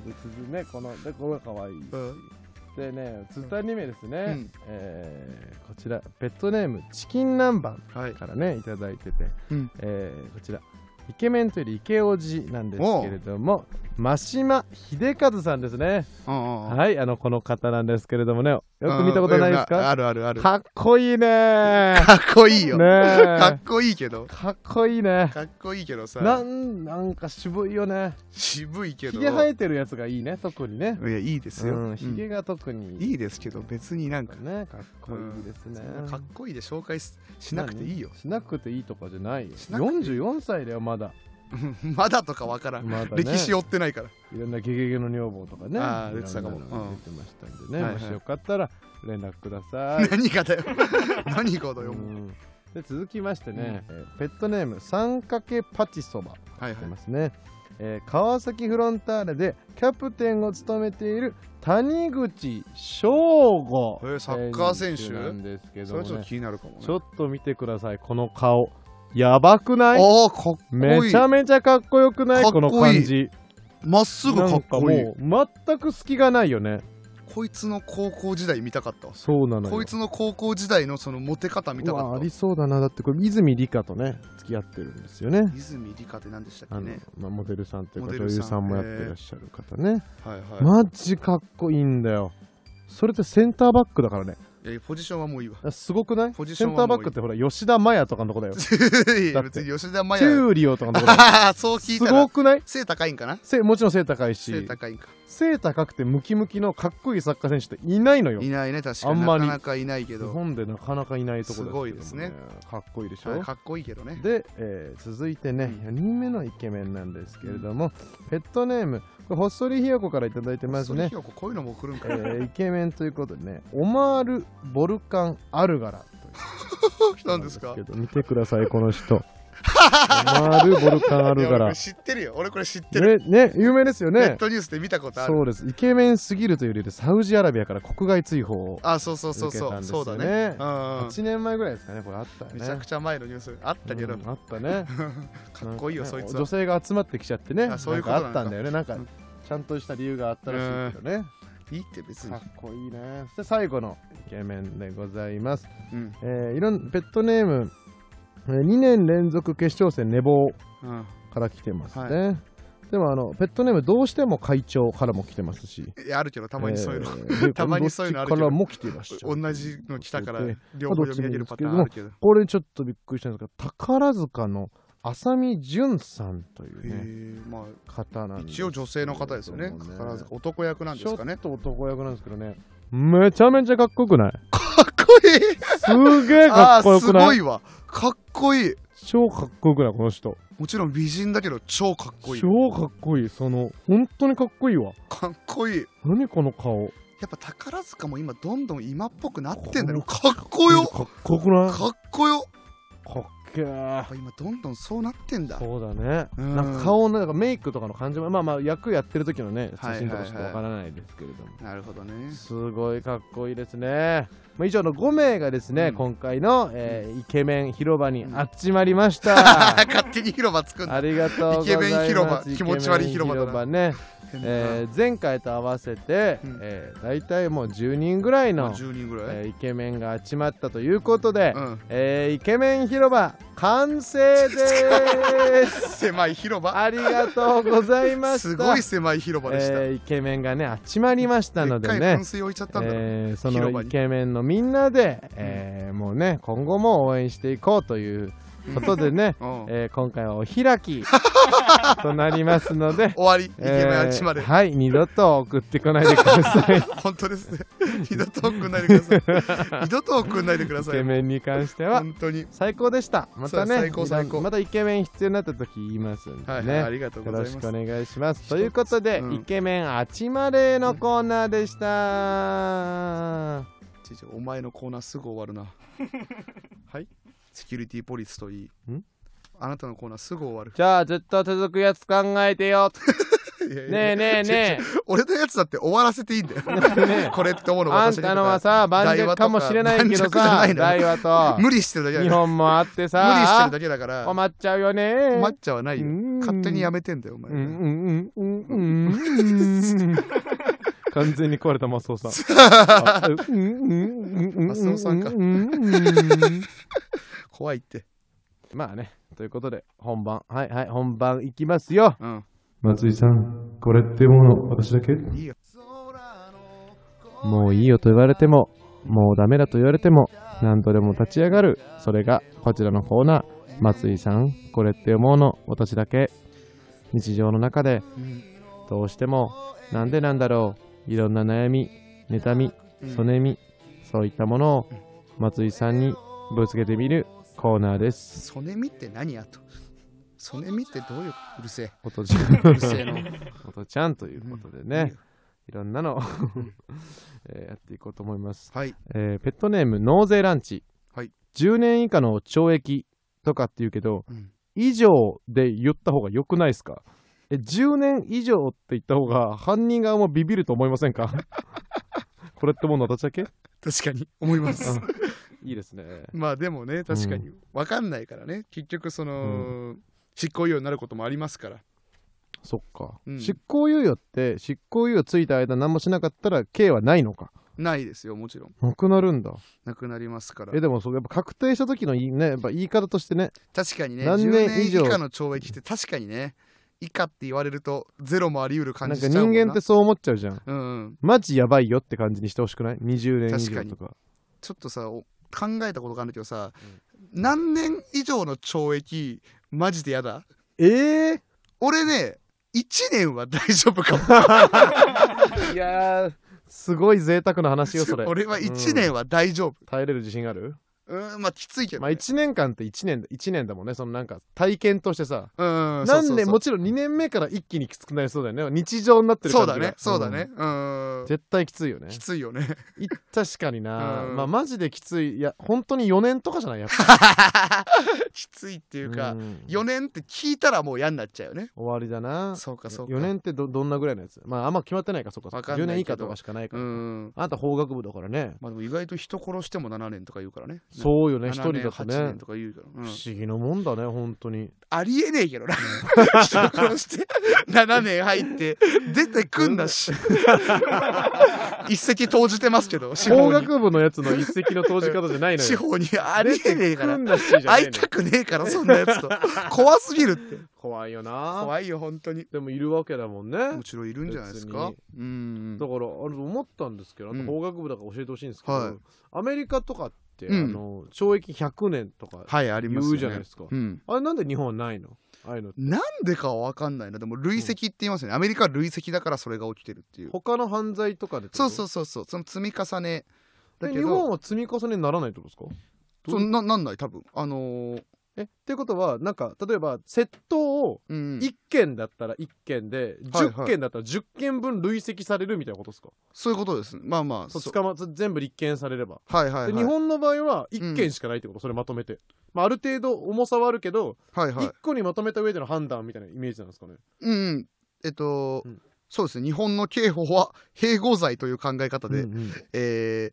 Speaker 1: 別にねこのでこれかわいい、
Speaker 2: ん
Speaker 1: でね続いてアニメですね、
Speaker 2: うん
Speaker 1: えーこちらペットネームチキン南蛮
Speaker 2: はい
Speaker 1: からねいただいてて、
Speaker 2: うん
Speaker 1: えーこちらイケメンというよりイケオジなんですけれども真島秀和さんですね
Speaker 2: うんうんうん
Speaker 1: はいあのこの方なんですけれどもねよく見たことないです
Speaker 2: うんうん
Speaker 1: か
Speaker 2: あるあるあるか
Speaker 1: かっこいいねー
Speaker 2: っこいいよ、
Speaker 1: ねえ
Speaker 2: かっこいいけど
Speaker 1: かっこいいね
Speaker 2: かっこいいけど
Speaker 1: な
Speaker 2: さ
Speaker 1: んなんか渋いよね
Speaker 2: 渋いけ
Speaker 1: ひ
Speaker 2: ど
Speaker 1: げ生えてるやつがいいね特にね
Speaker 2: いやいいですよ、
Speaker 1: うん
Speaker 2: う
Speaker 1: ひ
Speaker 2: ん
Speaker 1: げが特にいい
Speaker 2: いいですけど別になんか
Speaker 1: ねかっこいいですね
Speaker 2: そんなかっこいいで紹介ししなくていいよ
Speaker 1: 何しなくていいとかじゃないよ
Speaker 2: しなくてい
Speaker 1: 44歳だよまだ
Speaker 2: まだとかわからん、
Speaker 1: まだね
Speaker 2: 歴史追ってないから
Speaker 1: いろんなゲゲゲの女房とかね
Speaker 2: あ
Speaker 1: い
Speaker 2: ー
Speaker 1: ろん
Speaker 2: 出てたかも
Speaker 1: なのが
Speaker 2: うん
Speaker 1: 出てましたんでね、
Speaker 2: はいはい
Speaker 1: もしよかったら連絡くだ さい
Speaker 2: 何 がだよ何がだよ、
Speaker 1: うんで続きましてね、えーペットネーム三かけパチそば
Speaker 2: はい
Speaker 1: っ
Speaker 2: は
Speaker 1: て
Speaker 2: い
Speaker 1: ますね、えー川崎フロンターレでキャプテンを務めている谷口翔吾
Speaker 2: えーサッカー選手
Speaker 1: なんですけど
Speaker 2: それ
Speaker 1: も
Speaker 2: は
Speaker 1: ね、
Speaker 2: ちょっと気になるかもね
Speaker 1: ちょっと見てくださいこの顔やばくない
Speaker 2: ああかっこいい
Speaker 1: めちゃめちゃかっこよくない
Speaker 2: か
Speaker 1: こ
Speaker 2: っこいい
Speaker 1: の感じ
Speaker 2: まっすぐかっこいい
Speaker 1: なんかもう全く隙がないよね
Speaker 2: こいつの高校時代見たかったわ
Speaker 1: そうなのよ
Speaker 2: こいつの高校時代のそのモテ方見た
Speaker 1: うわ
Speaker 2: かっ
Speaker 1: あ
Speaker 2: たわ
Speaker 1: りそうだなだってこれ泉理香とね付き合ってるんですよね
Speaker 2: 泉理香って何でした
Speaker 1: あ
Speaker 2: っけ
Speaker 1: の
Speaker 2: ね
Speaker 1: まあ、モデルさんというか
Speaker 2: モデ
Speaker 1: 女
Speaker 2: ルさん
Speaker 1: 優さんもやってらっしゃる方ね、
Speaker 2: はいはい、
Speaker 1: マジかっこいいんだよそれってセンターバックだからね
Speaker 2: いやポジションはも ういいわ
Speaker 1: すごくない
Speaker 2: ポジシ
Speaker 1: セ
Speaker 2: ョン
Speaker 1: ン
Speaker 2: は
Speaker 1: タ
Speaker 2: もう
Speaker 1: ーバックってほら吉田麻也とかのとこだ よチ
Speaker 2: い
Speaker 1: だ
Speaker 2: や
Speaker 1: って
Speaker 2: 別に吉田麻也
Speaker 1: ューリオとかのとこだよ
Speaker 2: ああそう 聞い
Speaker 1: す
Speaker 2: たら
Speaker 1: ごくない
Speaker 2: 背高いんかな
Speaker 1: せもちろん背高い
Speaker 2: 背
Speaker 1: し
Speaker 2: 高いんか
Speaker 1: 背高くてムキムキのかっこいいサッカー選手っていないのよ
Speaker 2: いないね確か
Speaker 1: あ
Speaker 2: に
Speaker 1: ん
Speaker 2: な
Speaker 1: ま
Speaker 2: か
Speaker 1: り
Speaker 2: なかいないけ
Speaker 1: 日
Speaker 2: ど
Speaker 1: 本でなかなかいないところ
Speaker 2: すごいですね
Speaker 1: かっこいいでしょ、
Speaker 2: はいかっこいいけどね
Speaker 1: で、えー続いてね
Speaker 2: うん
Speaker 1: 4人目のイケメンなんですけれども、ペットネームこれほっそりひよこからいただいてますね
Speaker 2: そ、れひよここういうのも送るん
Speaker 1: え
Speaker 2: か
Speaker 1: ーイケメンということでねオマール・ボルカン・アルガラ
Speaker 2: なんですか
Speaker 1: けど見てくださいこの人オマール・ボルカン・ア
Speaker 2: い
Speaker 1: ル
Speaker 2: や
Speaker 1: ガ
Speaker 2: 俺こ
Speaker 1: ラ
Speaker 2: れ知ってるよ俺これ知ってる
Speaker 1: ねね有名ですよ
Speaker 2: ネッ
Speaker 1: ね
Speaker 2: トニュースで見たことある
Speaker 1: そうですイケメンすぎるというよりサウジアラビアから国外追放を
Speaker 2: あそうそうそう
Speaker 1: 受け
Speaker 2: そ
Speaker 1: たん
Speaker 2: う
Speaker 1: です
Speaker 2: そ
Speaker 1: よ
Speaker 2: うだ
Speaker 1: ね
Speaker 2: ねうんうん
Speaker 1: 8年前ぐらいですかねこれあったよね
Speaker 2: めちゃくちゃ前のニュースあったけど
Speaker 1: うんあったね
Speaker 2: かっこいいよ
Speaker 1: なん
Speaker 2: そ
Speaker 1: かね
Speaker 2: いつ
Speaker 1: 女
Speaker 2: は
Speaker 1: 性が集まってきちゃってね
Speaker 2: あそういうこと
Speaker 1: なんかあったんだよねなんか
Speaker 2: うん
Speaker 1: ちゃんとした理由があったらしいけどね
Speaker 2: いいって別に
Speaker 1: かっこいいねで最後のイケメンでございます、
Speaker 2: うん
Speaker 1: えーいろんペットネーム2年連続決勝戦寝坊
Speaker 2: うん
Speaker 1: から来てますね、でもあのペットネームどうしても会長からも来てますし
Speaker 2: いやあるけどたまにそういうの
Speaker 1: え ーで
Speaker 2: たまにそういうのある
Speaker 1: どっ
Speaker 2: け
Speaker 1: ち
Speaker 2: ど
Speaker 1: からも来てらっしゃる
Speaker 2: 同じの来たから
Speaker 1: で
Speaker 2: 両方読み上げるパターンあるけど
Speaker 1: これちょっとびっくりしたんですけど宝塚の浅見純さんという
Speaker 2: へ
Speaker 1: ね
Speaker 2: えま
Speaker 1: 方な
Speaker 2: あ
Speaker 1: んです
Speaker 2: 一応女性の方ですよ
Speaker 1: け
Speaker 2: ね
Speaker 1: ども
Speaker 2: 宝塚男役なんですかね
Speaker 1: ちょっと男役なんですけどねめちゃめちゃかっこよく ない
Speaker 2: かっこいい
Speaker 1: すげえか
Speaker 2: あ
Speaker 1: っこ
Speaker 2: ー
Speaker 1: よく
Speaker 2: す
Speaker 1: な
Speaker 2: ご
Speaker 1: い
Speaker 2: いわかっこいい
Speaker 1: 超かっこよくないこの人
Speaker 2: もちろん美人だけど超かっこいい
Speaker 1: 超かっこいいその本当にかっこいいわ
Speaker 2: かっこいい
Speaker 1: 何この顔
Speaker 2: やっぱ宝塚も今どんどん今っぽくなってんだよかっこよ
Speaker 1: かっこよくない
Speaker 2: かっこよ
Speaker 1: かっけー
Speaker 2: やっぱ今どんどんそうなってんだ
Speaker 1: そうだね
Speaker 2: うん
Speaker 1: なんか顔のなんかメイクとかの感じもまあまあ役やってる時のね
Speaker 2: はい
Speaker 1: 写
Speaker 2: はいはい
Speaker 1: 真とかしかわからないですけれども
Speaker 2: なるほどね
Speaker 1: すごいかっこいいですね。まあ以上の5名がですね、
Speaker 2: うん
Speaker 1: 今回の、えーイケメン広場に
Speaker 2: うん
Speaker 1: 集まりました。
Speaker 2: 勝手に広場作ん
Speaker 1: あ
Speaker 2: だ
Speaker 1: りがとうございます。
Speaker 2: イケメン広場
Speaker 1: イケメン
Speaker 2: 気持ち悪い広場だな
Speaker 1: ね、
Speaker 2: 変だな
Speaker 1: えー前回と合わせて、
Speaker 2: うん
Speaker 1: えー大体もう10人ぐらい
Speaker 2: まあ
Speaker 1: の、
Speaker 2: 10人ぐらい、
Speaker 1: えーイケメンが集まったということで、
Speaker 2: うん
Speaker 1: えーイケメン広場完成です
Speaker 2: 狭い広場
Speaker 1: ありがとうございました
Speaker 2: すごい狭い広場でした、
Speaker 1: えーイケメンがね集まりましたので
Speaker 2: でっかい
Speaker 1: ね
Speaker 2: 噴水置いちゃったんだろう、
Speaker 1: えーそ
Speaker 2: 広場
Speaker 1: の
Speaker 2: に
Speaker 1: イケメンのみんなで、えーもうね今後も応援していこうということでね、
Speaker 2: うん
Speaker 1: えー今回はお開 きとなりますので。
Speaker 2: 終わりイケメン集ま
Speaker 1: え
Speaker 2: で、
Speaker 1: ーはい二度と送ってこないでくだ さいイ
Speaker 2: 本当ですね二度と送んないでください二度と送んないでくださ
Speaker 1: ケ
Speaker 2: い
Speaker 1: メンに関しては
Speaker 2: 本当に
Speaker 1: 最高でしたまたね
Speaker 2: そう最高最高
Speaker 1: またイケメン必要になった時言いますんで
Speaker 2: はい、
Speaker 1: ね、
Speaker 2: はい、ありがとう
Speaker 1: よ
Speaker 2: ござ
Speaker 1: ろ
Speaker 2: いま
Speaker 1: し
Speaker 2: す
Speaker 1: くお願いしますということで、
Speaker 2: うん
Speaker 1: イケメンあちまれのコーナーでした、
Speaker 2: ちいちゃんお 前のコーナーすぐ終わるなはいセキュリティポリスといい
Speaker 1: ん
Speaker 2: あなたのコーナーすぐ終わる
Speaker 1: じゃあずっと続くやつ考えてよ。ねえねえね
Speaker 2: 俺のやつだって終わらせていいんだよ
Speaker 1: え。ねえ
Speaker 2: これって思うの
Speaker 1: あん
Speaker 2: 私
Speaker 1: たのはさ、盤石かもしれないけどさ、
Speaker 2: 台湾とか
Speaker 1: 台湾と
Speaker 2: 盤石じゃない無理してるだけだ
Speaker 1: 日
Speaker 2: から
Speaker 1: 本もあって
Speaker 2: 無理してる
Speaker 1: さ、
Speaker 2: だけだから
Speaker 1: 困っちゃうよね。
Speaker 2: 困っちゃわないよ
Speaker 1: うん
Speaker 2: 勝手にやめてんだよお前、
Speaker 1: うんうんうんうんうん。完全に壊れたマスオさん。あうんうんうんうんうん
Speaker 2: マスオさんか
Speaker 1: うんうん
Speaker 2: 怖いって
Speaker 1: まあね、ということで、本番、はいはい、本番いきますよ。
Speaker 2: うん
Speaker 4: 松井さん、これってもの、私だけ
Speaker 2: いいよ
Speaker 1: もういいよと言われても、もうダメだと言われても、何度でも立ち上がる。それがこちらのコーナー。松井さん、これって思うの、私だけ。日常の中で、どうしても、なんでなんだろう。いろんな悩み、妬み、そねみ、そういったものを松井さんにぶつけてみるコーナー です。
Speaker 2: ソネミって何やとソネミってどういううるせえ
Speaker 1: ことちゃ
Speaker 2: うんるせえの
Speaker 1: ことちゃんということでね、いろんなのを えーやっていこうと思います。
Speaker 2: はい
Speaker 1: えーペットネーム納税ランチ、
Speaker 2: はい
Speaker 1: 10年以下の懲役とかって言うけど、
Speaker 2: うん
Speaker 1: 以上で言った方が良くないですかえ10年以上って言った方が犯人側もビビると思いません かこれってもう私だけ
Speaker 2: 確かに思います
Speaker 1: いいですね
Speaker 2: まあでもね確かに分かんないからね結局その、執行猶予になることもありますから
Speaker 1: そっか、
Speaker 2: うん
Speaker 1: 執行猶予って執行猶予ついた間何もしなかったら刑はないのか
Speaker 2: ないですよもちろん
Speaker 1: なくなるんだ
Speaker 2: なくなりますから
Speaker 1: えでもそうやっぱ確定した時のいいねやっぱ言い方としてね
Speaker 2: 確かにね
Speaker 1: 何年
Speaker 2: 10年以
Speaker 1: 以上
Speaker 2: 下の懲役って確かにね以下って言われるとゼロもあり得る感
Speaker 1: なん
Speaker 2: じ
Speaker 1: か
Speaker 2: しちゃう
Speaker 1: 人
Speaker 2: もんな
Speaker 1: 間ってそう思っちゃうじゃん
Speaker 2: うんうん、
Speaker 1: マジやばいよって感じにしてほしくない20年以
Speaker 2: 確か
Speaker 1: 上
Speaker 2: に
Speaker 1: とか
Speaker 2: ちょっとさお考えたことがあるんだけどさ、何年以上の懲役マジでやだ
Speaker 1: ええ
Speaker 2: 俺ね1年は大丈夫かも
Speaker 1: いやーすごい贅沢な話よそ れ
Speaker 2: 俺は1年は大丈夫
Speaker 1: 耐えれる自信ある
Speaker 2: うんまあきついけど、
Speaker 1: まあ
Speaker 2: ね
Speaker 1: 1年間って1年一年だもんねそのなんか体験としてさ
Speaker 2: うんうん、
Speaker 1: なんで
Speaker 2: そう
Speaker 1: もちろん2年目から一気にきつくなりそうだよね日常になってる
Speaker 2: そうそうそ
Speaker 1: 感じ
Speaker 2: うだ
Speaker 1: が
Speaker 2: ねそうだねうん、
Speaker 1: うん絶対きついよね
Speaker 2: きついよね
Speaker 1: い確かにな、
Speaker 2: うん
Speaker 1: まあマジできついいや本当に4年とかじゃないやっぱ
Speaker 2: きついってい
Speaker 1: り
Speaker 2: うか、
Speaker 1: ん
Speaker 2: 4年って聞いたらもう嫌になっちゃうよね
Speaker 1: 終わりだな
Speaker 2: そうかそうか
Speaker 1: 4年ってどどんなぐらいのやつまああんま決まってないかそっかそっ
Speaker 2: わかんないけど
Speaker 1: 10年以下とかしかないか
Speaker 2: う
Speaker 1: ら、
Speaker 2: ん
Speaker 1: あんた法学部だからね
Speaker 2: まあでも意外と人殺しても7年とか言うからね。う
Speaker 1: そうよね一人だと
Speaker 2: 8
Speaker 1: ね
Speaker 2: 年とか言うから。うん
Speaker 1: 不思議なもんだね本当に
Speaker 2: ありえねえけどな。 人殺して7年入って出てくんなし。 一石投じてますけど、司
Speaker 1: 法
Speaker 2: 法に。
Speaker 1: 学部のやつの一石の投じ方じゃないの
Speaker 2: 司
Speaker 1: よ
Speaker 2: 法にありえねえから
Speaker 1: 組ん。だしじゃねえの
Speaker 2: 会いたくねえから、そんな やつと。怖すぎるって。
Speaker 1: 怖いよな
Speaker 2: 怖いよ、本当に。
Speaker 1: でもいるわけだもんねだから
Speaker 2: もちろんいるんじゃないですか
Speaker 1: 別。
Speaker 2: うん
Speaker 1: あ。の思ったんですけどあ
Speaker 2: う
Speaker 1: と
Speaker 2: ん
Speaker 1: 法学部だから教えてほしいんですけど、
Speaker 2: はい
Speaker 1: アメリカとかって、
Speaker 2: うん
Speaker 1: あの懲役100年とか
Speaker 2: はい、あり
Speaker 1: 言
Speaker 2: ますよね。
Speaker 1: うじゃないですか、
Speaker 2: うん。
Speaker 1: あれなんで日本はないのああいうの
Speaker 2: なんでかは分かんないな。でも、累積って言いますよね。アメリカは累積だからそれが起きてるっていう。
Speaker 1: 他の犯罪とかで
Speaker 2: そうそううそうそうその積み重ねだけ
Speaker 1: 日
Speaker 2: ど
Speaker 1: 本は積み重ねにならないってことですか
Speaker 2: そんななんない多分あのー
Speaker 1: えっていうことはなんか例えば窃盗を
Speaker 2: うん
Speaker 1: 1件だったら1件で、
Speaker 2: はいはい
Speaker 1: 10件だったら10件分累積されるみたいなことですか、
Speaker 2: そういうことですまあまあ
Speaker 1: そう
Speaker 2: そう
Speaker 1: 捕ま全部立件されれば
Speaker 2: はいはいは
Speaker 1: で
Speaker 2: い
Speaker 1: 日本の場合は
Speaker 2: うん
Speaker 1: 1件しかないってこと、それまとめて、まあ、ある程度重さはあるけど、
Speaker 2: はいはい
Speaker 1: 1個にまとめた上での判断みたいなイメージなんですかね
Speaker 2: うんうんえっと、
Speaker 1: うん
Speaker 2: そうですね日本の刑法は併合罪という考え方で、え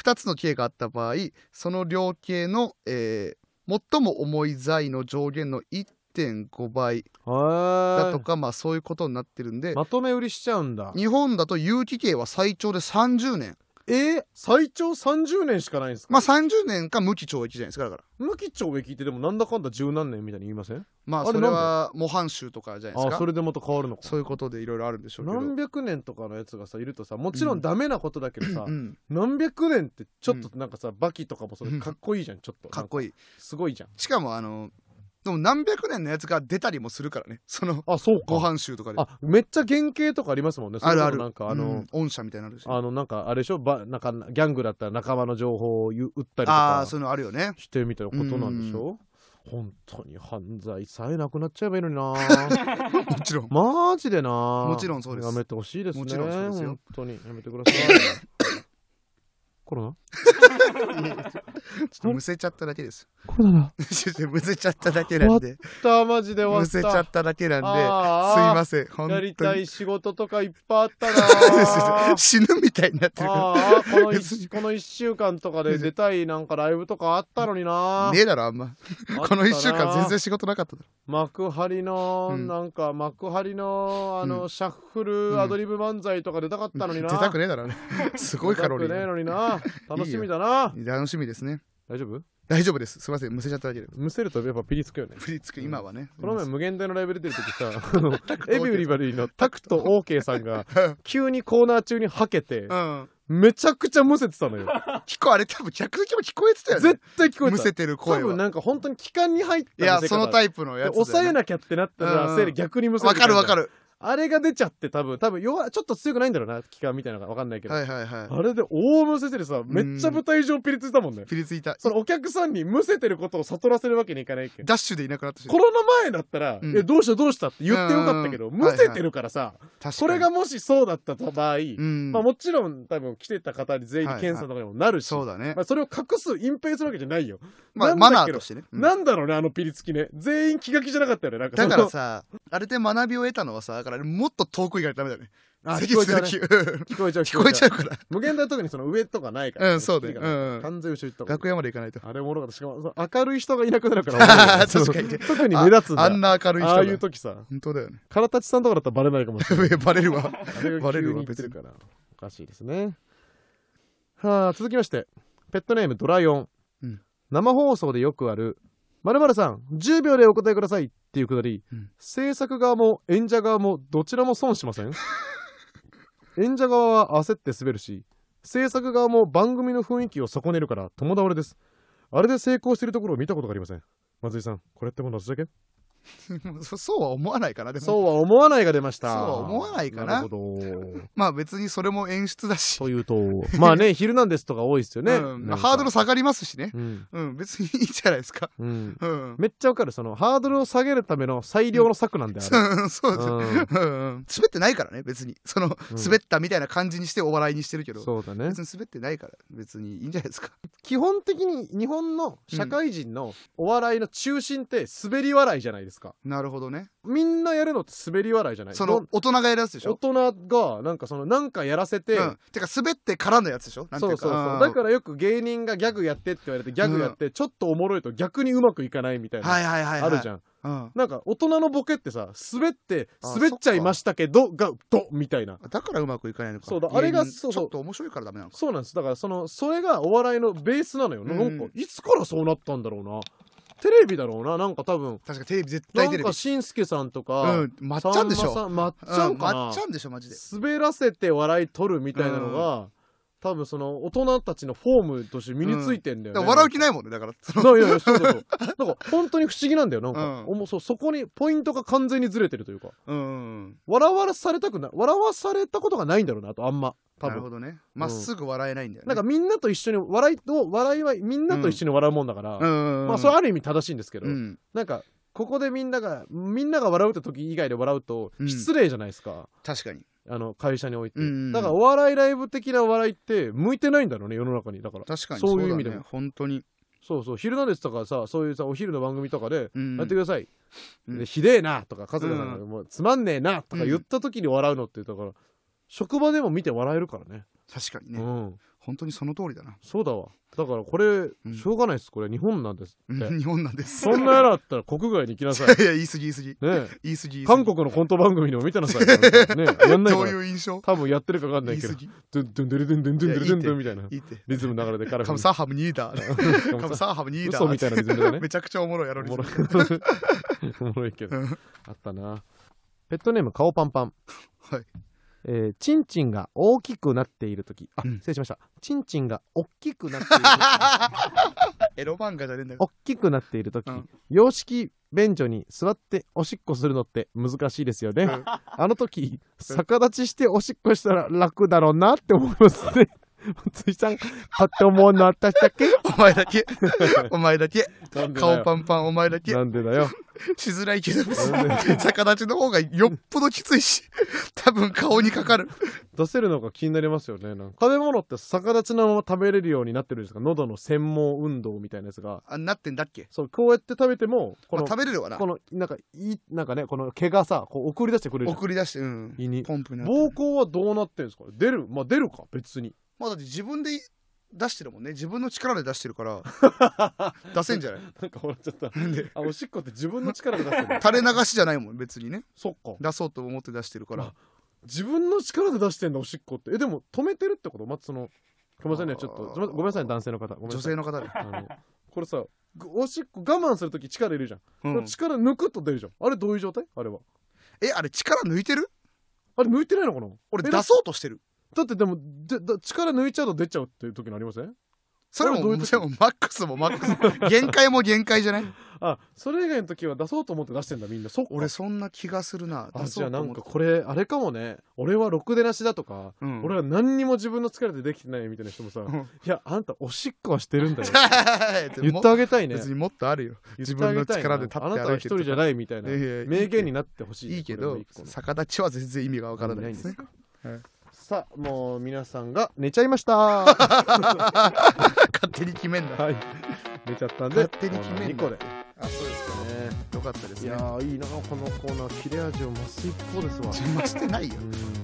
Speaker 2: 2つの刑があった場合その量刑の、えー最も重い罪の上限の1.5倍だと
Speaker 1: は
Speaker 2: か、まあそういうことになってるんで
Speaker 1: いまとめ売りしちゃうんだ
Speaker 2: 日本だと有期刑は最長で30年
Speaker 1: えー、最長30年しかないんですか、
Speaker 2: まあ30年か無期懲役じゃないですかだから
Speaker 1: 無期懲役ってでもなんだかんだ十何年みたいに言いません
Speaker 2: まあ
Speaker 1: あれ
Speaker 2: それは模範囚とかじゃないです
Speaker 1: あ
Speaker 2: か
Speaker 1: それでまた変わるのか
Speaker 2: そういうことでいろいろあるんでしょうけど
Speaker 1: 何百年とかのやつがさいるとさもちろんダメなことだけどさ、
Speaker 2: うん、
Speaker 1: 何百年ってちょっとなんかさ、バキとかもそれかっこいいじゃんちょっと
Speaker 2: かっこいい
Speaker 1: すごいじゃん
Speaker 2: しかもあのでも何百年のやつが出たりもするからねその
Speaker 1: あそう
Speaker 2: ご
Speaker 1: か
Speaker 2: 飯集とかであ
Speaker 1: あめっちゃ原型とかありますもんねそれこ
Speaker 2: る
Speaker 1: そ
Speaker 2: ある
Speaker 1: なんかあの、
Speaker 2: うん御社みたいなのあるし
Speaker 1: あのなんかあれでしょばなんかギャングだったら仲間の情報を言う売ったりと
Speaker 2: ああ
Speaker 1: か
Speaker 2: ーそういうのあるよ ね
Speaker 1: してみたいなことなんでしょ本当に犯罪さえなくなっちゃえばいいのに な
Speaker 2: もちろん
Speaker 1: マジでなも
Speaker 2: ちろんそうです
Speaker 1: やめてほしいですね
Speaker 2: もちろんそうですよ
Speaker 1: 本当にやめてく ださいコロナ
Speaker 2: ちょっとむせちゃっただけです
Speaker 1: こうだな。
Speaker 2: ちょっとむせちゃっただけなんで。
Speaker 1: たマジで終わ
Speaker 2: む
Speaker 1: った。
Speaker 2: せちゃっただけなんで。すい
Speaker 1: あー
Speaker 2: ません。本
Speaker 1: やり
Speaker 2: 当
Speaker 1: た
Speaker 2: に。。
Speaker 1: い仕事とかいっぱいあったな
Speaker 2: 死ぬみたいになってるか
Speaker 1: あーこの
Speaker 2: 別に
Speaker 1: 一この一週間とかで出たいなんかライブとかあったのに
Speaker 2: ら。
Speaker 1: な。
Speaker 2: ねえだろ、あんま。この1週間全然仕事なかっただろ
Speaker 1: 幕張の、
Speaker 2: うん
Speaker 1: なんか幕張のあの、
Speaker 2: うん
Speaker 1: シャッフルアドリブ漫才とか出たかったのにな、
Speaker 2: 出たくねえだろ、あれ。 すごいカロリ
Speaker 1: 出たくねえ
Speaker 2: ー。
Speaker 1: のにな楽しみだな
Speaker 2: 楽しみですね。
Speaker 1: 大丈夫
Speaker 2: 大丈夫です。すいません。むせちゃっただけで。
Speaker 1: むせるとやっぱピリつくよね
Speaker 2: 振り付け、今はね。
Speaker 1: この前無限大のライブ出てる時 さあの
Speaker 2: クト
Speaker 1: エビュリバリーのタクトオーケーさん が急にコーナー中にはけて
Speaker 2: うん。
Speaker 1: めちゃくちゃむせてたのよ
Speaker 2: 聞こえ、あれ多分客席も聞こえてたよね
Speaker 1: 絶。対聞こえ
Speaker 2: む
Speaker 1: て
Speaker 2: せ
Speaker 1: た
Speaker 2: てる
Speaker 1: 多
Speaker 2: 声
Speaker 1: 分
Speaker 2: は。
Speaker 1: なんか本当に気管に入った
Speaker 2: いや、そのタ
Speaker 1: イ
Speaker 2: イプのやつだよね。
Speaker 1: 抑えなきゃってなった
Speaker 2: う
Speaker 1: ら
Speaker 2: ん
Speaker 1: せいで逆にむせて
Speaker 2: わかるわか
Speaker 1: る
Speaker 2: る。
Speaker 1: あれが出ちゃって多分多分弱いちょっと強くないんだろうな気管みたいなのがわかんないけど
Speaker 2: はいはいは
Speaker 1: あれで大むせてるさ、めっちゃ舞台上ピリついたもんね
Speaker 2: い。。ピリついた。
Speaker 1: そのお客さんにむせてることを悟らせるわけにいかないけど。
Speaker 2: ダッシュでいなくなってしま
Speaker 1: コ
Speaker 2: う
Speaker 1: ロナ前だったら、
Speaker 2: うん
Speaker 1: えどうしたどうしたって言ってよかったけど、
Speaker 2: うん
Speaker 1: むせてるからさ、
Speaker 2: 確
Speaker 1: そ
Speaker 2: か
Speaker 1: れ
Speaker 2: に
Speaker 1: がもしそうだった場合、
Speaker 2: うん
Speaker 1: まあもちろん多分来てた方に全員
Speaker 2: はいはい
Speaker 1: 検査とかにもなるし、
Speaker 2: そうだね
Speaker 1: ま。あそれを隠す、隠蔽するわけじゃないよ。
Speaker 2: まあ、
Speaker 1: な
Speaker 2: マ
Speaker 1: んだ
Speaker 2: ナ
Speaker 1: け
Speaker 2: ー
Speaker 1: ど
Speaker 2: としてね。うん
Speaker 1: なんだろうね、あのピリつきね。全員気が気じゃなかったよね。なんか
Speaker 2: だから、さ、あれで学びを得たのはさ、だからもっと遠く以外ダメだね。
Speaker 1: あ
Speaker 2: 咳
Speaker 1: 聞こえちゃうね
Speaker 2: する気うん
Speaker 1: 聞こえちゃう、
Speaker 2: 聞こえちゃうから。
Speaker 1: 無限大特にその上とかないから。
Speaker 2: うん、そうだ
Speaker 1: いい
Speaker 2: よ。
Speaker 1: から
Speaker 2: うん。
Speaker 1: 完全後ろ行った方がいい
Speaker 2: 楽屋まで行かないと。
Speaker 1: あれおもろかった。しかも、その明るい人がいなくなるからおもろいよね。
Speaker 2: 確かにね
Speaker 1: 特に目立つんだ。
Speaker 2: あんな明るい人
Speaker 1: ああいう
Speaker 2: が。
Speaker 1: 時さ、
Speaker 2: 本当だよね。
Speaker 1: 唐立さんとかだったらバレないかもしれない。
Speaker 2: バレるわ。
Speaker 1: あれが
Speaker 2: バレ
Speaker 1: 急に
Speaker 2: るわ
Speaker 1: 言ってるから。おかしいですね。はあ、続きまして、ペットネームドライオン。
Speaker 2: うん
Speaker 1: 生放送でよくある、まるさん、10秒でお答えくださいっていうくだり、
Speaker 2: うん
Speaker 1: 制作側も演者側もどちらも損しません 演者側は焦って滑るし、制作側も番組の雰囲気を損ねるから友倒れです。あれで成功しているところを見たことがありません。松井さん、これってもう夏だけ
Speaker 2: もうそそうは思わないから、でも。
Speaker 1: そうは思わないが出ました。
Speaker 2: そうは思わないか
Speaker 1: な
Speaker 2: な
Speaker 1: るほど。
Speaker 2: まあ別にそれも演出だし。
Speaker 1: というと、まあね、ヒルナンデスとか多いですよね。
Speaker 2: うんハードル
Speaker 1: さ、
Speaker 2: 下がりますしね。
Speaker 1: うん、
Speaker 2: うん、別にいいじゃないですか。
Speaker 1: うん。
Speaker 2: うん。
Speaker 1: めっちゃわかる。その、ハードルを下げるための最良の策なんである。
Speaker 2: うん そうですよ。
Speaker 1: うん
Speaker 2: うんうん滑ってないからね、別に。その、
Speaker 1: うん
Speaker 2: 滑ったみたいな感じにしてお笑いにしてるけど。
Speaker 1: そうだね
Speaker 2: 別。に滑ってないから、別にいいんじゃないですか。
Speaker 1: 基本的に日本の社会人のお笑いの中心って滑り笑いじゃないですか。
Speaker 2: なるほどね。
Speaker 1: みんなやるのって滑り笑いじゃない
Speaker 2: そ
Speaker 1: ど
Speaker 2: の
Speaker 1: ん、
Speaker 2: 大人がやるやつでし
Speaker 1: 大
Speaker 2: ょ。
Speaker 1: 人が、なんかその、なんかやらせて、
Speaker 2: うん。てか、滑ってからのやつでしょ。なんて
Speaker 1: そ
Speaker 2: いうう
Speaker 1: そ
Speaker 2: か。
Speaker 1: うそううんだからよく芸人がギャグやってって言われてギャグやって、ちょっとおもろいと逆にうまくいかないみたいな、
Speaker 2: はいはいはい、はい。
Speaker 1: あるじゃん
Speaker 2: うん。
Speaker 1: なんか大人のボケってさ滑って
Speaker 2: あ
Speaker 1: 滑っちゃいましたけどがドみたいな
Speaker 2: だからうまくいかないのか。
Speaker 1: そうだあれが
Speaker 2: 芸人
Speaker 1: そう
Speaker 2: ち
Speaker 1: そう
Speaker 2: ょっと面白いからダメなのか。
Speaker 1: そうなんですだからそのそれがお笑いのベースなのよ、
Speaker 2: うん
Speaker 1: なんかいつからそうなったんだろうなテレビだろうななんか多分
Speaker 2: 確かテレビ絶
Speaker 1: な
Speaker 2: 対テ
Speaker 1: ん
Speaker 2: レ
Speaker 1: か
Speaker 2: ビ。
Speaker 1: しんすけさんとか、
Speaker 2: うん。まっちゃんでしょ。
Speaker 1: さんまさんまっちゃ
Speaker 2: うんん
Speaker 1: かな、
Speaker 2: まっちゃんでしょ、マジで。
Speaker 1: 滑らせて笑い取るみたいなのが、多分その大人たちのフォームとして身についてんだよ
Speaker 2: だ
Speaker 1: ね、
Speaker 2: から笑う気ないもんね、だから。その
Speaker 1: ないやいやそうそうそうなんか本当に不思議なんだよなんか、
Speaker 2: う
Speaker 1: おもそうそこにポイントが完全にずれてるというか
Speaker 2: うん。
Speaker 1: 笑わされたくない笑わされたことがないんだろうなとあんま多
Speaker 2: なるほ
Speaker 1: 分
Speaker 2: どね。まっすぐ笑えないんだよ
Speaker 1: な
Speaker 2: ね。
Speaker 1: んかみんなと一緒に笑いと笑いはみんなと一緒に笑うもんだから、
Speaker 2: うん。
Speaker 1: まあそれはある意味正しいんですけど、
Speaker 2: うん。
Speaker 1: なんかここでみんながみんなが笑うって時以外で笑うと
Speaker 2: うん
Speaker 1: 失礼じゃないですか、
Speaker 2: 確かに。
Speaker 1: あの会社において、
Speaker 2: うん
Speaker 1: だからお笑いライブ的な笑いって向いてないんだろうね世の中にだから
Speaker 2: 確かに
Speaker 1: そういう
Speaker 2: だ
Speaker 1: 意味でも
Speaker 2: ね、本当に。
Speaker 1: そうそう「ヒルナンデス」とかさそういうさお昼の番組とかで「
Speaker 2: うん
Speaker 1: やってください」
Speaker 2: うん
Speaker 1: でひでえな」とか「家族なんかもうつまんねえな」とか言った時に笑うのってだから職場でも見て笑えるからね
Speaker 2: 確かに
Speaker 1: う
Speaker 2: ね。
Speaker 1: ん
Speaker 2: 本当にその通りだな。
Speaker 1: そうだわ。だからこれ、
Speaker 2: ん
Speaker 1: しょうがないです。これ、日本なんですって。
Speaker 2: 日本なんです。
Speaker 1: そんなやらだったら国外に行きなさい。ね
Speaker 2: いや、言い過ぎ言い過ぎ。
Speaker 1: え
Speaker 2: 言い過ぎ言い過ぎ
Speaker 1: 韓国のコント番組でも見てなさい。ねえやんない
Speaker 2: ど
Speaker 1: から。
Speaker 2: ういう印象
Speaker 1: 多分やってるかわかんな
Speaker 2: 言
Speaker 1: い
Speaker 2: い
Speaker 1: け
Speaker 2: 過
Speaker 1: ど。
Speaker 2: ぎ
Speaker 1: ドゥンドゥンドゥルドゥンドゥンドゥンドゥルドゥンドゥンみたいな。
Speaker 2: いいって。
Speaker 1: リズム流れでカラフ
Speaker 2: カ
Speaker 1: ル
Speaker 2: ムサハムニーダー。
Speaker 1: な
Speaker 2: カムサハムニーダー。
Speaker 1: 嘘みたいなリズムだね。
Speaker 2: めちゃくちゃおもろいやろ、
Speaker 1: お
Speaker 2: リズ
Speaker 1: も
Speaker 2: ム
Speaker 1: ろい。おもろいけど
Speaker 2: うん。
Speaker 1: あったな。ペットネーム、顔パンパン。
Speaker 2: はい。
Speaker 1: えー、チンチンが大きくなっているとき。あ、
Speaker 2: うん
Speaker 1: 失礼しました。チンチンが大きくなっているとき。
Speaker 2: エロ漫画じゃねえんだよ。
Speaker 1: 大きくなっている時、
Speaker 2: うん
Speaker 1: 洋式便所に座っておしっこするのって難しいですよね、
Speaker 2: うん
Speaker 1: あの時逆立ちしておしっこしたら楽だろうなって思いますね 松井さん、買って思うの私だけ
Speaker 2: お前だけ、 お前だけ、
Speaker 1: なんでだ
Speaker 2: 顔
Speaker 1: よ
Speaker 2: パンパンお前だけ、
Speaker 1: なんでだよ。
Speaker 2: しづらいけど、
Speaker 1: なんで
Speaker 2: 逆立ちの方がよっぽどきついし、多分顔にかかる。
Speaker 1: 出せるのが気になりますよね。なんか食べ物って逆立ちのまま食べれるようになってるんですか喉の専門運動みたいなやつが。
Speaker 2: あ、なってんだっけ
Speaker 1: そう、こうやって食べても、こ
Speaker 2: まあ
Speaker 1: の、
Speaker 2: 食べれるわな
Speaker 1: こ。の、なんか、いなんかね、この毛がさ、こう送り出してくれるじゃん
Speaker 2: 送り出して、うん。
Speaker 1: 胃に。
Speaker 2: ポンプになって
Speaker 1: 膀胱はどうなってんですか出るまあ出るか、別に。
Speaker 2: まあだって自分で出してるもんね。自分の力で出してるから、出せんじゃない
Speaker 1: なんか笑っちゃった。あ、おしっこって自分の力で出してる。
Speaker 2: 垂れ流しじゃないもん、別にね。
Speaker 1: そっか。
Speaker 2: 出そうと思って出してるから。
Speaker 1: 自分の力で出してんだ、おしっこって。え、でも止めてるってことまずその、ごめんなさいね、ちょっと。ごめんごめんなさい、男性の方。ごめん
Speaker 2: 女
Speaker 1: なさい
Speaker 2: 性。の方で。
Speaker 1: あの、これさ、ぐおしっこ我慢するとき力入れるじゃん。
Speaker 2: う
Speaker 1: これ、
Speaker 2: ん
Speaker 1: 力抜くと出るじゃん。あれどういう状態あれは。
Speaker 2: え、あれ力抜いてる
Speaker 1: あれ抜いてないのかな
Speaker 2: 俺
Speaker 1: え
Speaker 2: 出そうとしてる。
Speaker 1: だってでもでだ力抜いちゃうと出ちゃうっていう時のありません
Speaker 2: それ
Speaker 1: これどういう
Speaker 2: も、
Speaker 1: こと
Speaker 2: それもマックスもマッ クス。限界も限界じゃない
Speaker 1: あそれ以外の時は出そうと思って出してんだみんなそっか
Speaker 2: 俺そんな気がするな。
Speaker 1: あ
Speaker 2: 出
Speaker 1: じゃ
Speaker 2: そ
Speaker 1: あ
Speaker 2: う
Speaker 1: な
Speaker 2: と思
Speaker 1: ん
Speaker 2: っ
Speaker 1: か
Speaker 2: て。
Speaker 1: これあれかもね俺はろくでなしだとか、
Speaker 2: うん
Speaker 1: 俺は何にも自分の力でできてないみたいな人もさ、
Speaker 2: ん
Speaker 1: いやあんたおしっこはしてるんだよ言
Speaker 2: 言
Speaker 1: ってあげたいね
Speaker 2: 別にもっとあるよ。
Speaker 1: 言ってあげたい
Speaker 2: 自分の力で立って
Speaker 1: あなたは一人じゃないみたいな
Speaker 2: 歩いてるとかいやいやいい
Speaker 1: 名言になってほしいね、
Speaker 2: いいけ
Speaker 1: こ
Speaker 2: ど
Speaker 1: れも一個、の
Speaker 2: 逆立ちは全然意味がわからないですね。
Speaker 1: さあもう皆さんが寝ちゃいましたは
Speaker 2: 勝手に決めんな。
Speaker 1: い寝ちゃったんで
Speaker 2: 勝手に決めんな
Speaker 1: これ、ね、
Speaker 2: あ、そうですか。よかったです
Speaker 1: い
Speaker 2: ね
Speaker 1: や。ーいいなこのコーナー切れ味を増す一方ですわ
Speaker 2: 邪魔してないよ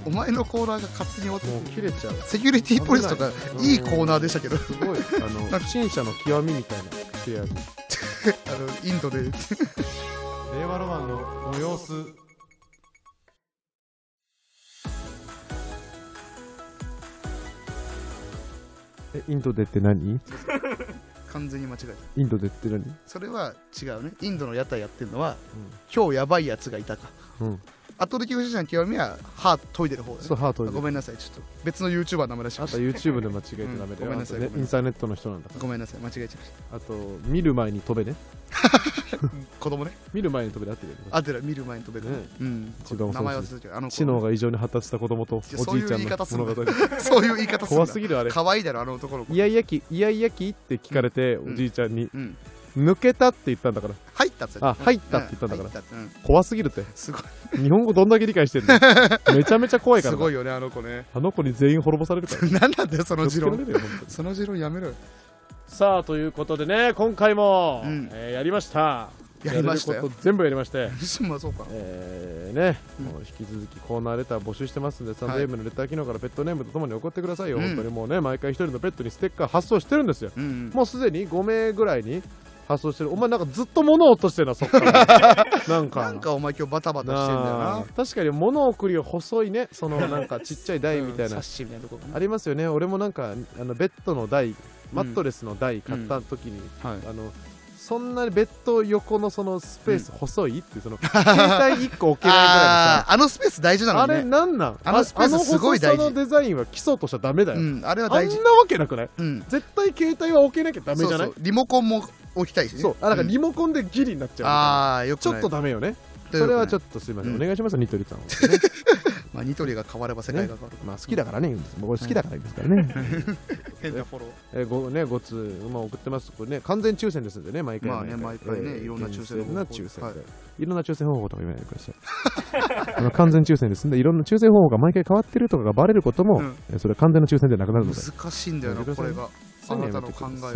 Speaker 1: う。ん
Speaker 2: お前のコーナーが勝手に終わって
Speaker 1: もう切れちゃう
Speaker 2: セキュリティポリスとか
Speaker 1: 危ない
Speaker 2: いいコーナーでしたけど
Speaker 1: すごいあの 不審者の極みみたいな切れ味
Speaker 2: あのインドで
Speaker 5: 令和ロマンのご様子
Speaker 1: えインドでって何
Speaker 2: 完全に間違えた
Speaker 1: インドでって何
Speaker 2: それは違うねインドの屋台やってるのは、今日やばいやつがいたか
Speaker 1: うん
Speaker 2: 圧倒的不死者の極みは歯研いでる方だね
Speaker 1: そうハー
Speaker 2: あ
Speaker 1: ト
Speaker 2: ご
Speaker 1: で
Speaker 2: めんなさいちょっと別の YouTuber の名前出し
Speaker 1: あ
Speaker 2: ま
Speaker 1: と
Speaker 2: し
Speaker 1: YouTube で間違えちゃダメだ
Speaker 2: うんご
Speaker 1: よ、あ
Speaker 2: めんな
Speaker 1: と
Speaker 2: さい
Speaker 1: ね
Speaker 2: ご
Speaker 1: イ
Speaker 2: めんなさい
Speaker 1: ンターネットの人なんだか
Speaker 2: たごめんなさい間違えちゃいまし
Speaker 1: らあと見る前に飛べね
Speaker 2: た子供ね
Speaker 1: 見る前に飛べで合ってるよね
Speaker 2: あてら見る前に飛べる、
Speaker 1: ね
Speaker 2: うん
Speaker 1: 一番恐ろしい
Speaker 2: 名前忘れてたけどあの子
Speaker 1: 知能が異常に発達した子供とおじ
Speaker 2: い
Speaker 1: い
Speaker 2: や
Speaker 1: ち
Speaker 2: そういう
Speaker 1: ゃ
Speaker 2: 言
Speaker 1: ん
Speaker 2: い
Speaker 1: の
Speaker 2: 方すん
Speaker 1: 物語
Speaker 2: な そういう言い方する
Speaker 1: 怖
Speaker 2: ん
Speaker 1: す
Speaker 2: だ
Speaker 1: ぎるあれ
Speaker 2: 可愛いだろあの男の子
Speaker 1: イヤイヤ期イヤイヤ期って聞かれて
Speaker 2: ん
Speaker 1: おじいちゃんに
Speaker 2: うん
Speaker 1: 抜けたって言ったんだから
Speaker 2: 入ったっつって
Speaker 1: あ入ったって言ったんだから
Speaker 2: う入ってうん
Speaker 1: 怖すぎるって
Speaker 2: すごい
Speaker 1: 日本語どんだけ理解してんの めちゃめちゃ怖いか
Speaker 2: す
Speaker 1: ら
Speaker 2: ご
Speaker 1: ない
Speaker 2: よねあの子ね
Speaker 1: あの子に全員滅ぼされるから
Speaker 2: 何なんだよその
Speaker 1: 気
Speaker 2: 持
Speaker 1: をつけら
Speaker 2: 論
Speaker 1: れるよ本当に
Speaker 2: その持論やめろよ
Speaker 1: さあということでね今回も、
Speaker 2: うん
Speaker 1: えーやりました
Speaker 2: やりましたよ
Speaker 1: やれること全部やりまして
Speaker 2: まあそうか
Speaker 1: えーね、
Speaker 2: うん
Speaker 1: もう引き続きコーナーレター募集してますんで、サンド
Speaker 2: はい
Speaker 1: M のレター機能からペットネームとともに送ってくださいよ、
Speaker 2: うん
Speaker 1: 本当にもうね毎回一人のペットにステッカー発送してるんですよ、
Speaker 2: うんうん
Speaker 1: もうすでに5名ぐらいに発送してるお前なんかずっと物を落としてるなそっから なんか
Speaker 2: なんかお前今日バタバタしてんだよ
Speaker 1: な
Speaker 2: な
Speaker 1: あ。確かに物を送るよ細いねそ のなんかちっちゃい台みたいな
Speaker 2: サッシみたいなとこ
Speaker 1: ありますよね俺もなんかあのベッドの台マットレスの台買った時に、
Speaker 2: はい。
Speaker 1: あのそんなにベッド横のそのスペース細いっていうそ の携帯1個置けないぐらいの
Speaker 2: あ
Speaker 1: さ
Speaker 2: ーあのスペース大事な
Speaker 1: あ
Speaker 2: の
Speaker 1: れ
Speaker 2: ね。
Speaker 1: なんなん
Speaker 2: あのスペースすごい大事
Speaker 1: あの細さのデザインは基礎としちゃダメだよ、
Speaker 2: うん、あれ
Speaker 1: あんなわ
Speaker 2: は大事。
Speaker 1: けなくない
Speaker 2: うん。
Speaker 1: 絶対携帯は置けなきゃダメじゃない
Speaker 2: そうそうリモコンも置きたいしね。
Speaker 1: そうあなんかリ
Speaker 2: モ
Speaker 1: モコンでギリになっちゃうみたいな、
Speaker 2: ああ、よく
Speaker 1: ちょ
Speaker 2: な
Speaker 1: っ
Speaker 2: い
Speaker 1: とダメよねそれはちょ
Speaker 2: っ
Speaker 1: っとすいません、
Speaker 2: うん
Speaker 1: お願いしますよニトリさん、ね
Speaker 2: と。まあ、ニトリが変われば世界が変わる。
Speaker 1: まあ、好きだからね言うんです僕好きだから言うんですからね、
Speaker 2: 変なフォロー。
Speaker 1: えーごね、ご通、まあ、送ってますこれね完全抽選ですんでね毎回
Speaker 2: まあね毎回ねいろんな抽選方
Speaker 1: 厳正
Speaker 2: 法
Speaker 1: な抽選で、
Speaker 2: はい
Speaker 1: い、ろんな抽選方法とか言わないでくだ さいあの完全抽選ですんでいろんな抽選方法が毎回変わってるとかがバレることも、
Speaker 2: うん
Speaker 1: えーそれは完全な抽選でなくなるので
Speaker 2: 難しいんだよ
Speaker 1: やめて
Speaker 2: な、
Speaker 1: くだ
Speaker 2: こ
Speaker 1: さい
Speaker 2: れ
Speaker 1: ね
Speaker 2: が。あなたの考えが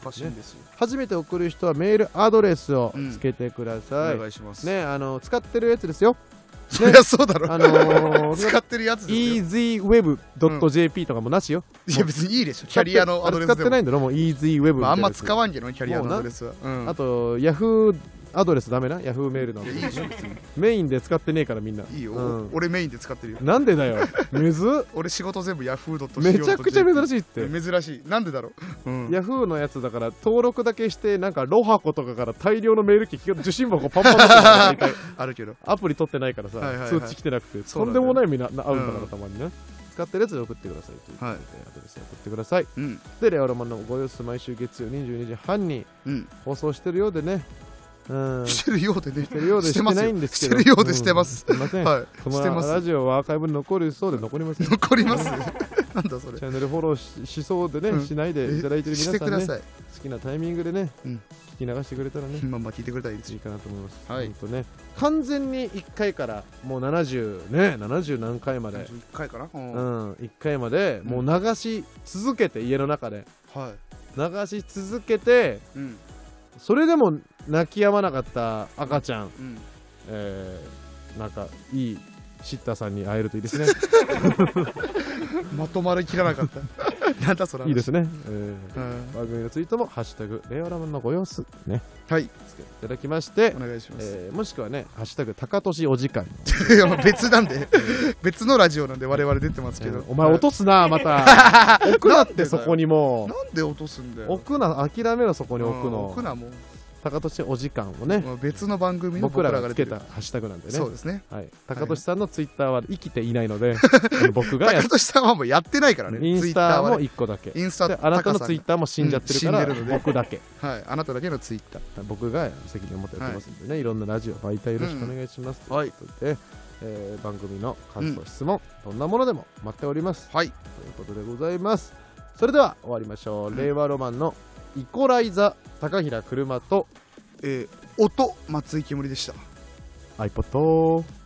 Speaker 2: 難しいんですよ。
Speaker 1: 初めて送る人はメールアドレスをつけてくだ
Speaker 2: お
Speaker 1: さい、
Speaker 2: 願いします。
Speaker 1: ねあの使ってるやつですよ
Speaker 2: そりゃそうだ
Speaker 1: あ
Speaker 2: ろ。
Speaker 1: のー
Speaker 2: 使ってるやつですよ。
Speaker 1: easyweb.jp とかもなしよ、
Speaker 2: いや、別にいいでしょ。キャリアのアドレ
Speaker 1: あれ使
Speaker 2: スで
Speaker 1: ってない
Speaker 2: も。
Speaker 1: んだろもう easyweb
Speaker 2: まあ、あんま使
Speaker 1: わ
Speaker 2: わんけどね、キャリアのアドレスは。うん
Speaker 1: あと Yahoo アドレスダメな Yahoo メールの
Speaker 2: いやいいでしょ、別に。
Speaker 1: メインで使ってねえからみんない
Speaker 2: いよ、
Speaker 1: うん
Speaker 2: 俺メインで使ってるよ
Speaker 1: なんでだよむずっ
Speaker 2: 俺仕事全部 Yahoo.co.jp
Speaker 1: めちゃくちゃ珍
Speaker 2: し
Speaker 1: しいって
Speaker 2: 珍しいなんでだろう、うん、
Speaker 1: ヤフーのやつだから登録だけしてなんかロハコとかから大量のメール機受信箱パンパンだった から
Speaker 2: あるけど
Speaker 1: アプリ取ってないからさ、
Speaker 2: はいはいはい
Speaker 1: 通知来てなくて
Speaker 2: そ
Speaker 1: と
Speaker 2: うなんん
Speaker 1: で
Speaker 2: だよ
Speaker 1: もないみんなな会うんだか
Speaker 2: う
Speaker 1: ら
Speaker 2: ん
Speaker 1: たまにね使ってるやつで送ってくださいということで、
Speaker 2: は
Speaker 1: ア
Speaker 2: い
Speaker 1: ドレスで送ってください
Speaker 2: うん
Speaker 1: でレアロマンのご様子毎週月曜22時半に
Speaker 2: うん
Speaker 1: 放送してるようでねうんし
Speaker 2: してるようでね
Speaker 1: てるようで
Speaker 2: して
Speaker 1: して
Speaker 2: ます
Speaker 1: ないんですけど
Speaker 2: してるようでしてます
Speaker 1: うんすいません、
Speaker 2: はい
Speaker 1: こ
Speaker 2: してま
Speaker 1: のラ
Speaker 2: す
Speaker 1: ジオはアーカイブに残るそうで残りません
Speaker 2: 残ります なんだそれ
Speaker 1: チャンネルフォローししそうでね、
Speaker 2: うん
Speaker 1: しないでいただいてる
Speaker 2: し
Speaker 1: 皆
Speaker 2: て
Speaker 1: さ
Speaker 2: く
Speaker 1: ん、
Speaker 2: だ
Speaker 1: ね、好
Speaker 2: さい、
Speaker 1: きなタイミングでね、
Speaker 2: うん
Speaker 1: 聞き流してくれたらね、
Speaker 2: まあまあ聞いてくれたらいいです
Speaker 1: いい
Speaker 2: よ
Speaker 1: かなと思います、
Speaker 2: はい
Speaker 1: ほんとね、完全に1回からもう70ね70何回まで、
Speaker 2: 1回かな、うん
Speaker 1: う
Speaker 2: はい
Speaker 1: ん、1回までもう流し続けて、家の中で流し続けて
Speaker 2: うん
Speaker 1: それでも泣き止まなかった赤ちゃん、
Speaker 2: うん
Speaker 1: えーなんかいいシッターさんに会えるといいですね
Speaker 2: まとまりきらなかった なんだそれ
Speaker 1: いいですね、えー
Speaker 2: うん
Speaker 1: 番組のツイートも「ハッシュタグ令和ラマンのご様子」ね
Speaker 2: はい
Speaker 1: つけていただきまして
Speaker 2: お、願いします、
Speaker 1: えーもしくはね「ハッシュタグ高年お時間」
Speaker 2: いやまあ別なんで 別のラジオなんで我々出てますけど、
Speaker 1: お前
Speaker 2: はい
Speaker 1: 落とすなま た置くなってそこにも
Speaker 2: なんで落とすんだ
Speaker 1: う
Speaker 2: よ
Speaker 1: 置くな諦めろそこに置く
Speaker 2: うん
Speaker 1: の
Speaker 2: 置くなもう
Speaker 1: 高年お時間をね
Speaker 2: まあ別の番組の
Speaker 1: 僕らが
Speaker 2: 出
Speaker 1: つ
Speaker 2: て
Speaker 1: け
Speaker 2: る
Speaker 1: たハッシュタグなんでね
Speaker 2: そうですね
Speaker 1: はい、高俊さんのツイッターは生きていないの で、僕がやっ
Speaker 2: 高俊さんはもうやってないからね
Speaker 1: インスタも1個だけ。
Speaker 2: インスタ
Speaker 1: であなたのツイッ
Speaker 2: タ
Speaker 1: ターも死んじゃってるから、
Speaker 2: うん死んでるので
Speaker 1: 僕だけ。
Speaker 2: ーはいあなただけのツイッタ
Speaker 1: 僕が責任を持ってやってますんでね、い、ろんなラジオ、媒体よろしくお願いします。
Speaker 2: うんはい
Speaker 1: ということで、えー番組の感想、質問、どんなものでも待っております。
Speaker 2: ーはい
Speaker 1: ということでございます。それでは終わりましょう。令和ロマンのイコライザ、高平車と
Speaker 2: えー音松井煙でした
Speaker 1: iPod。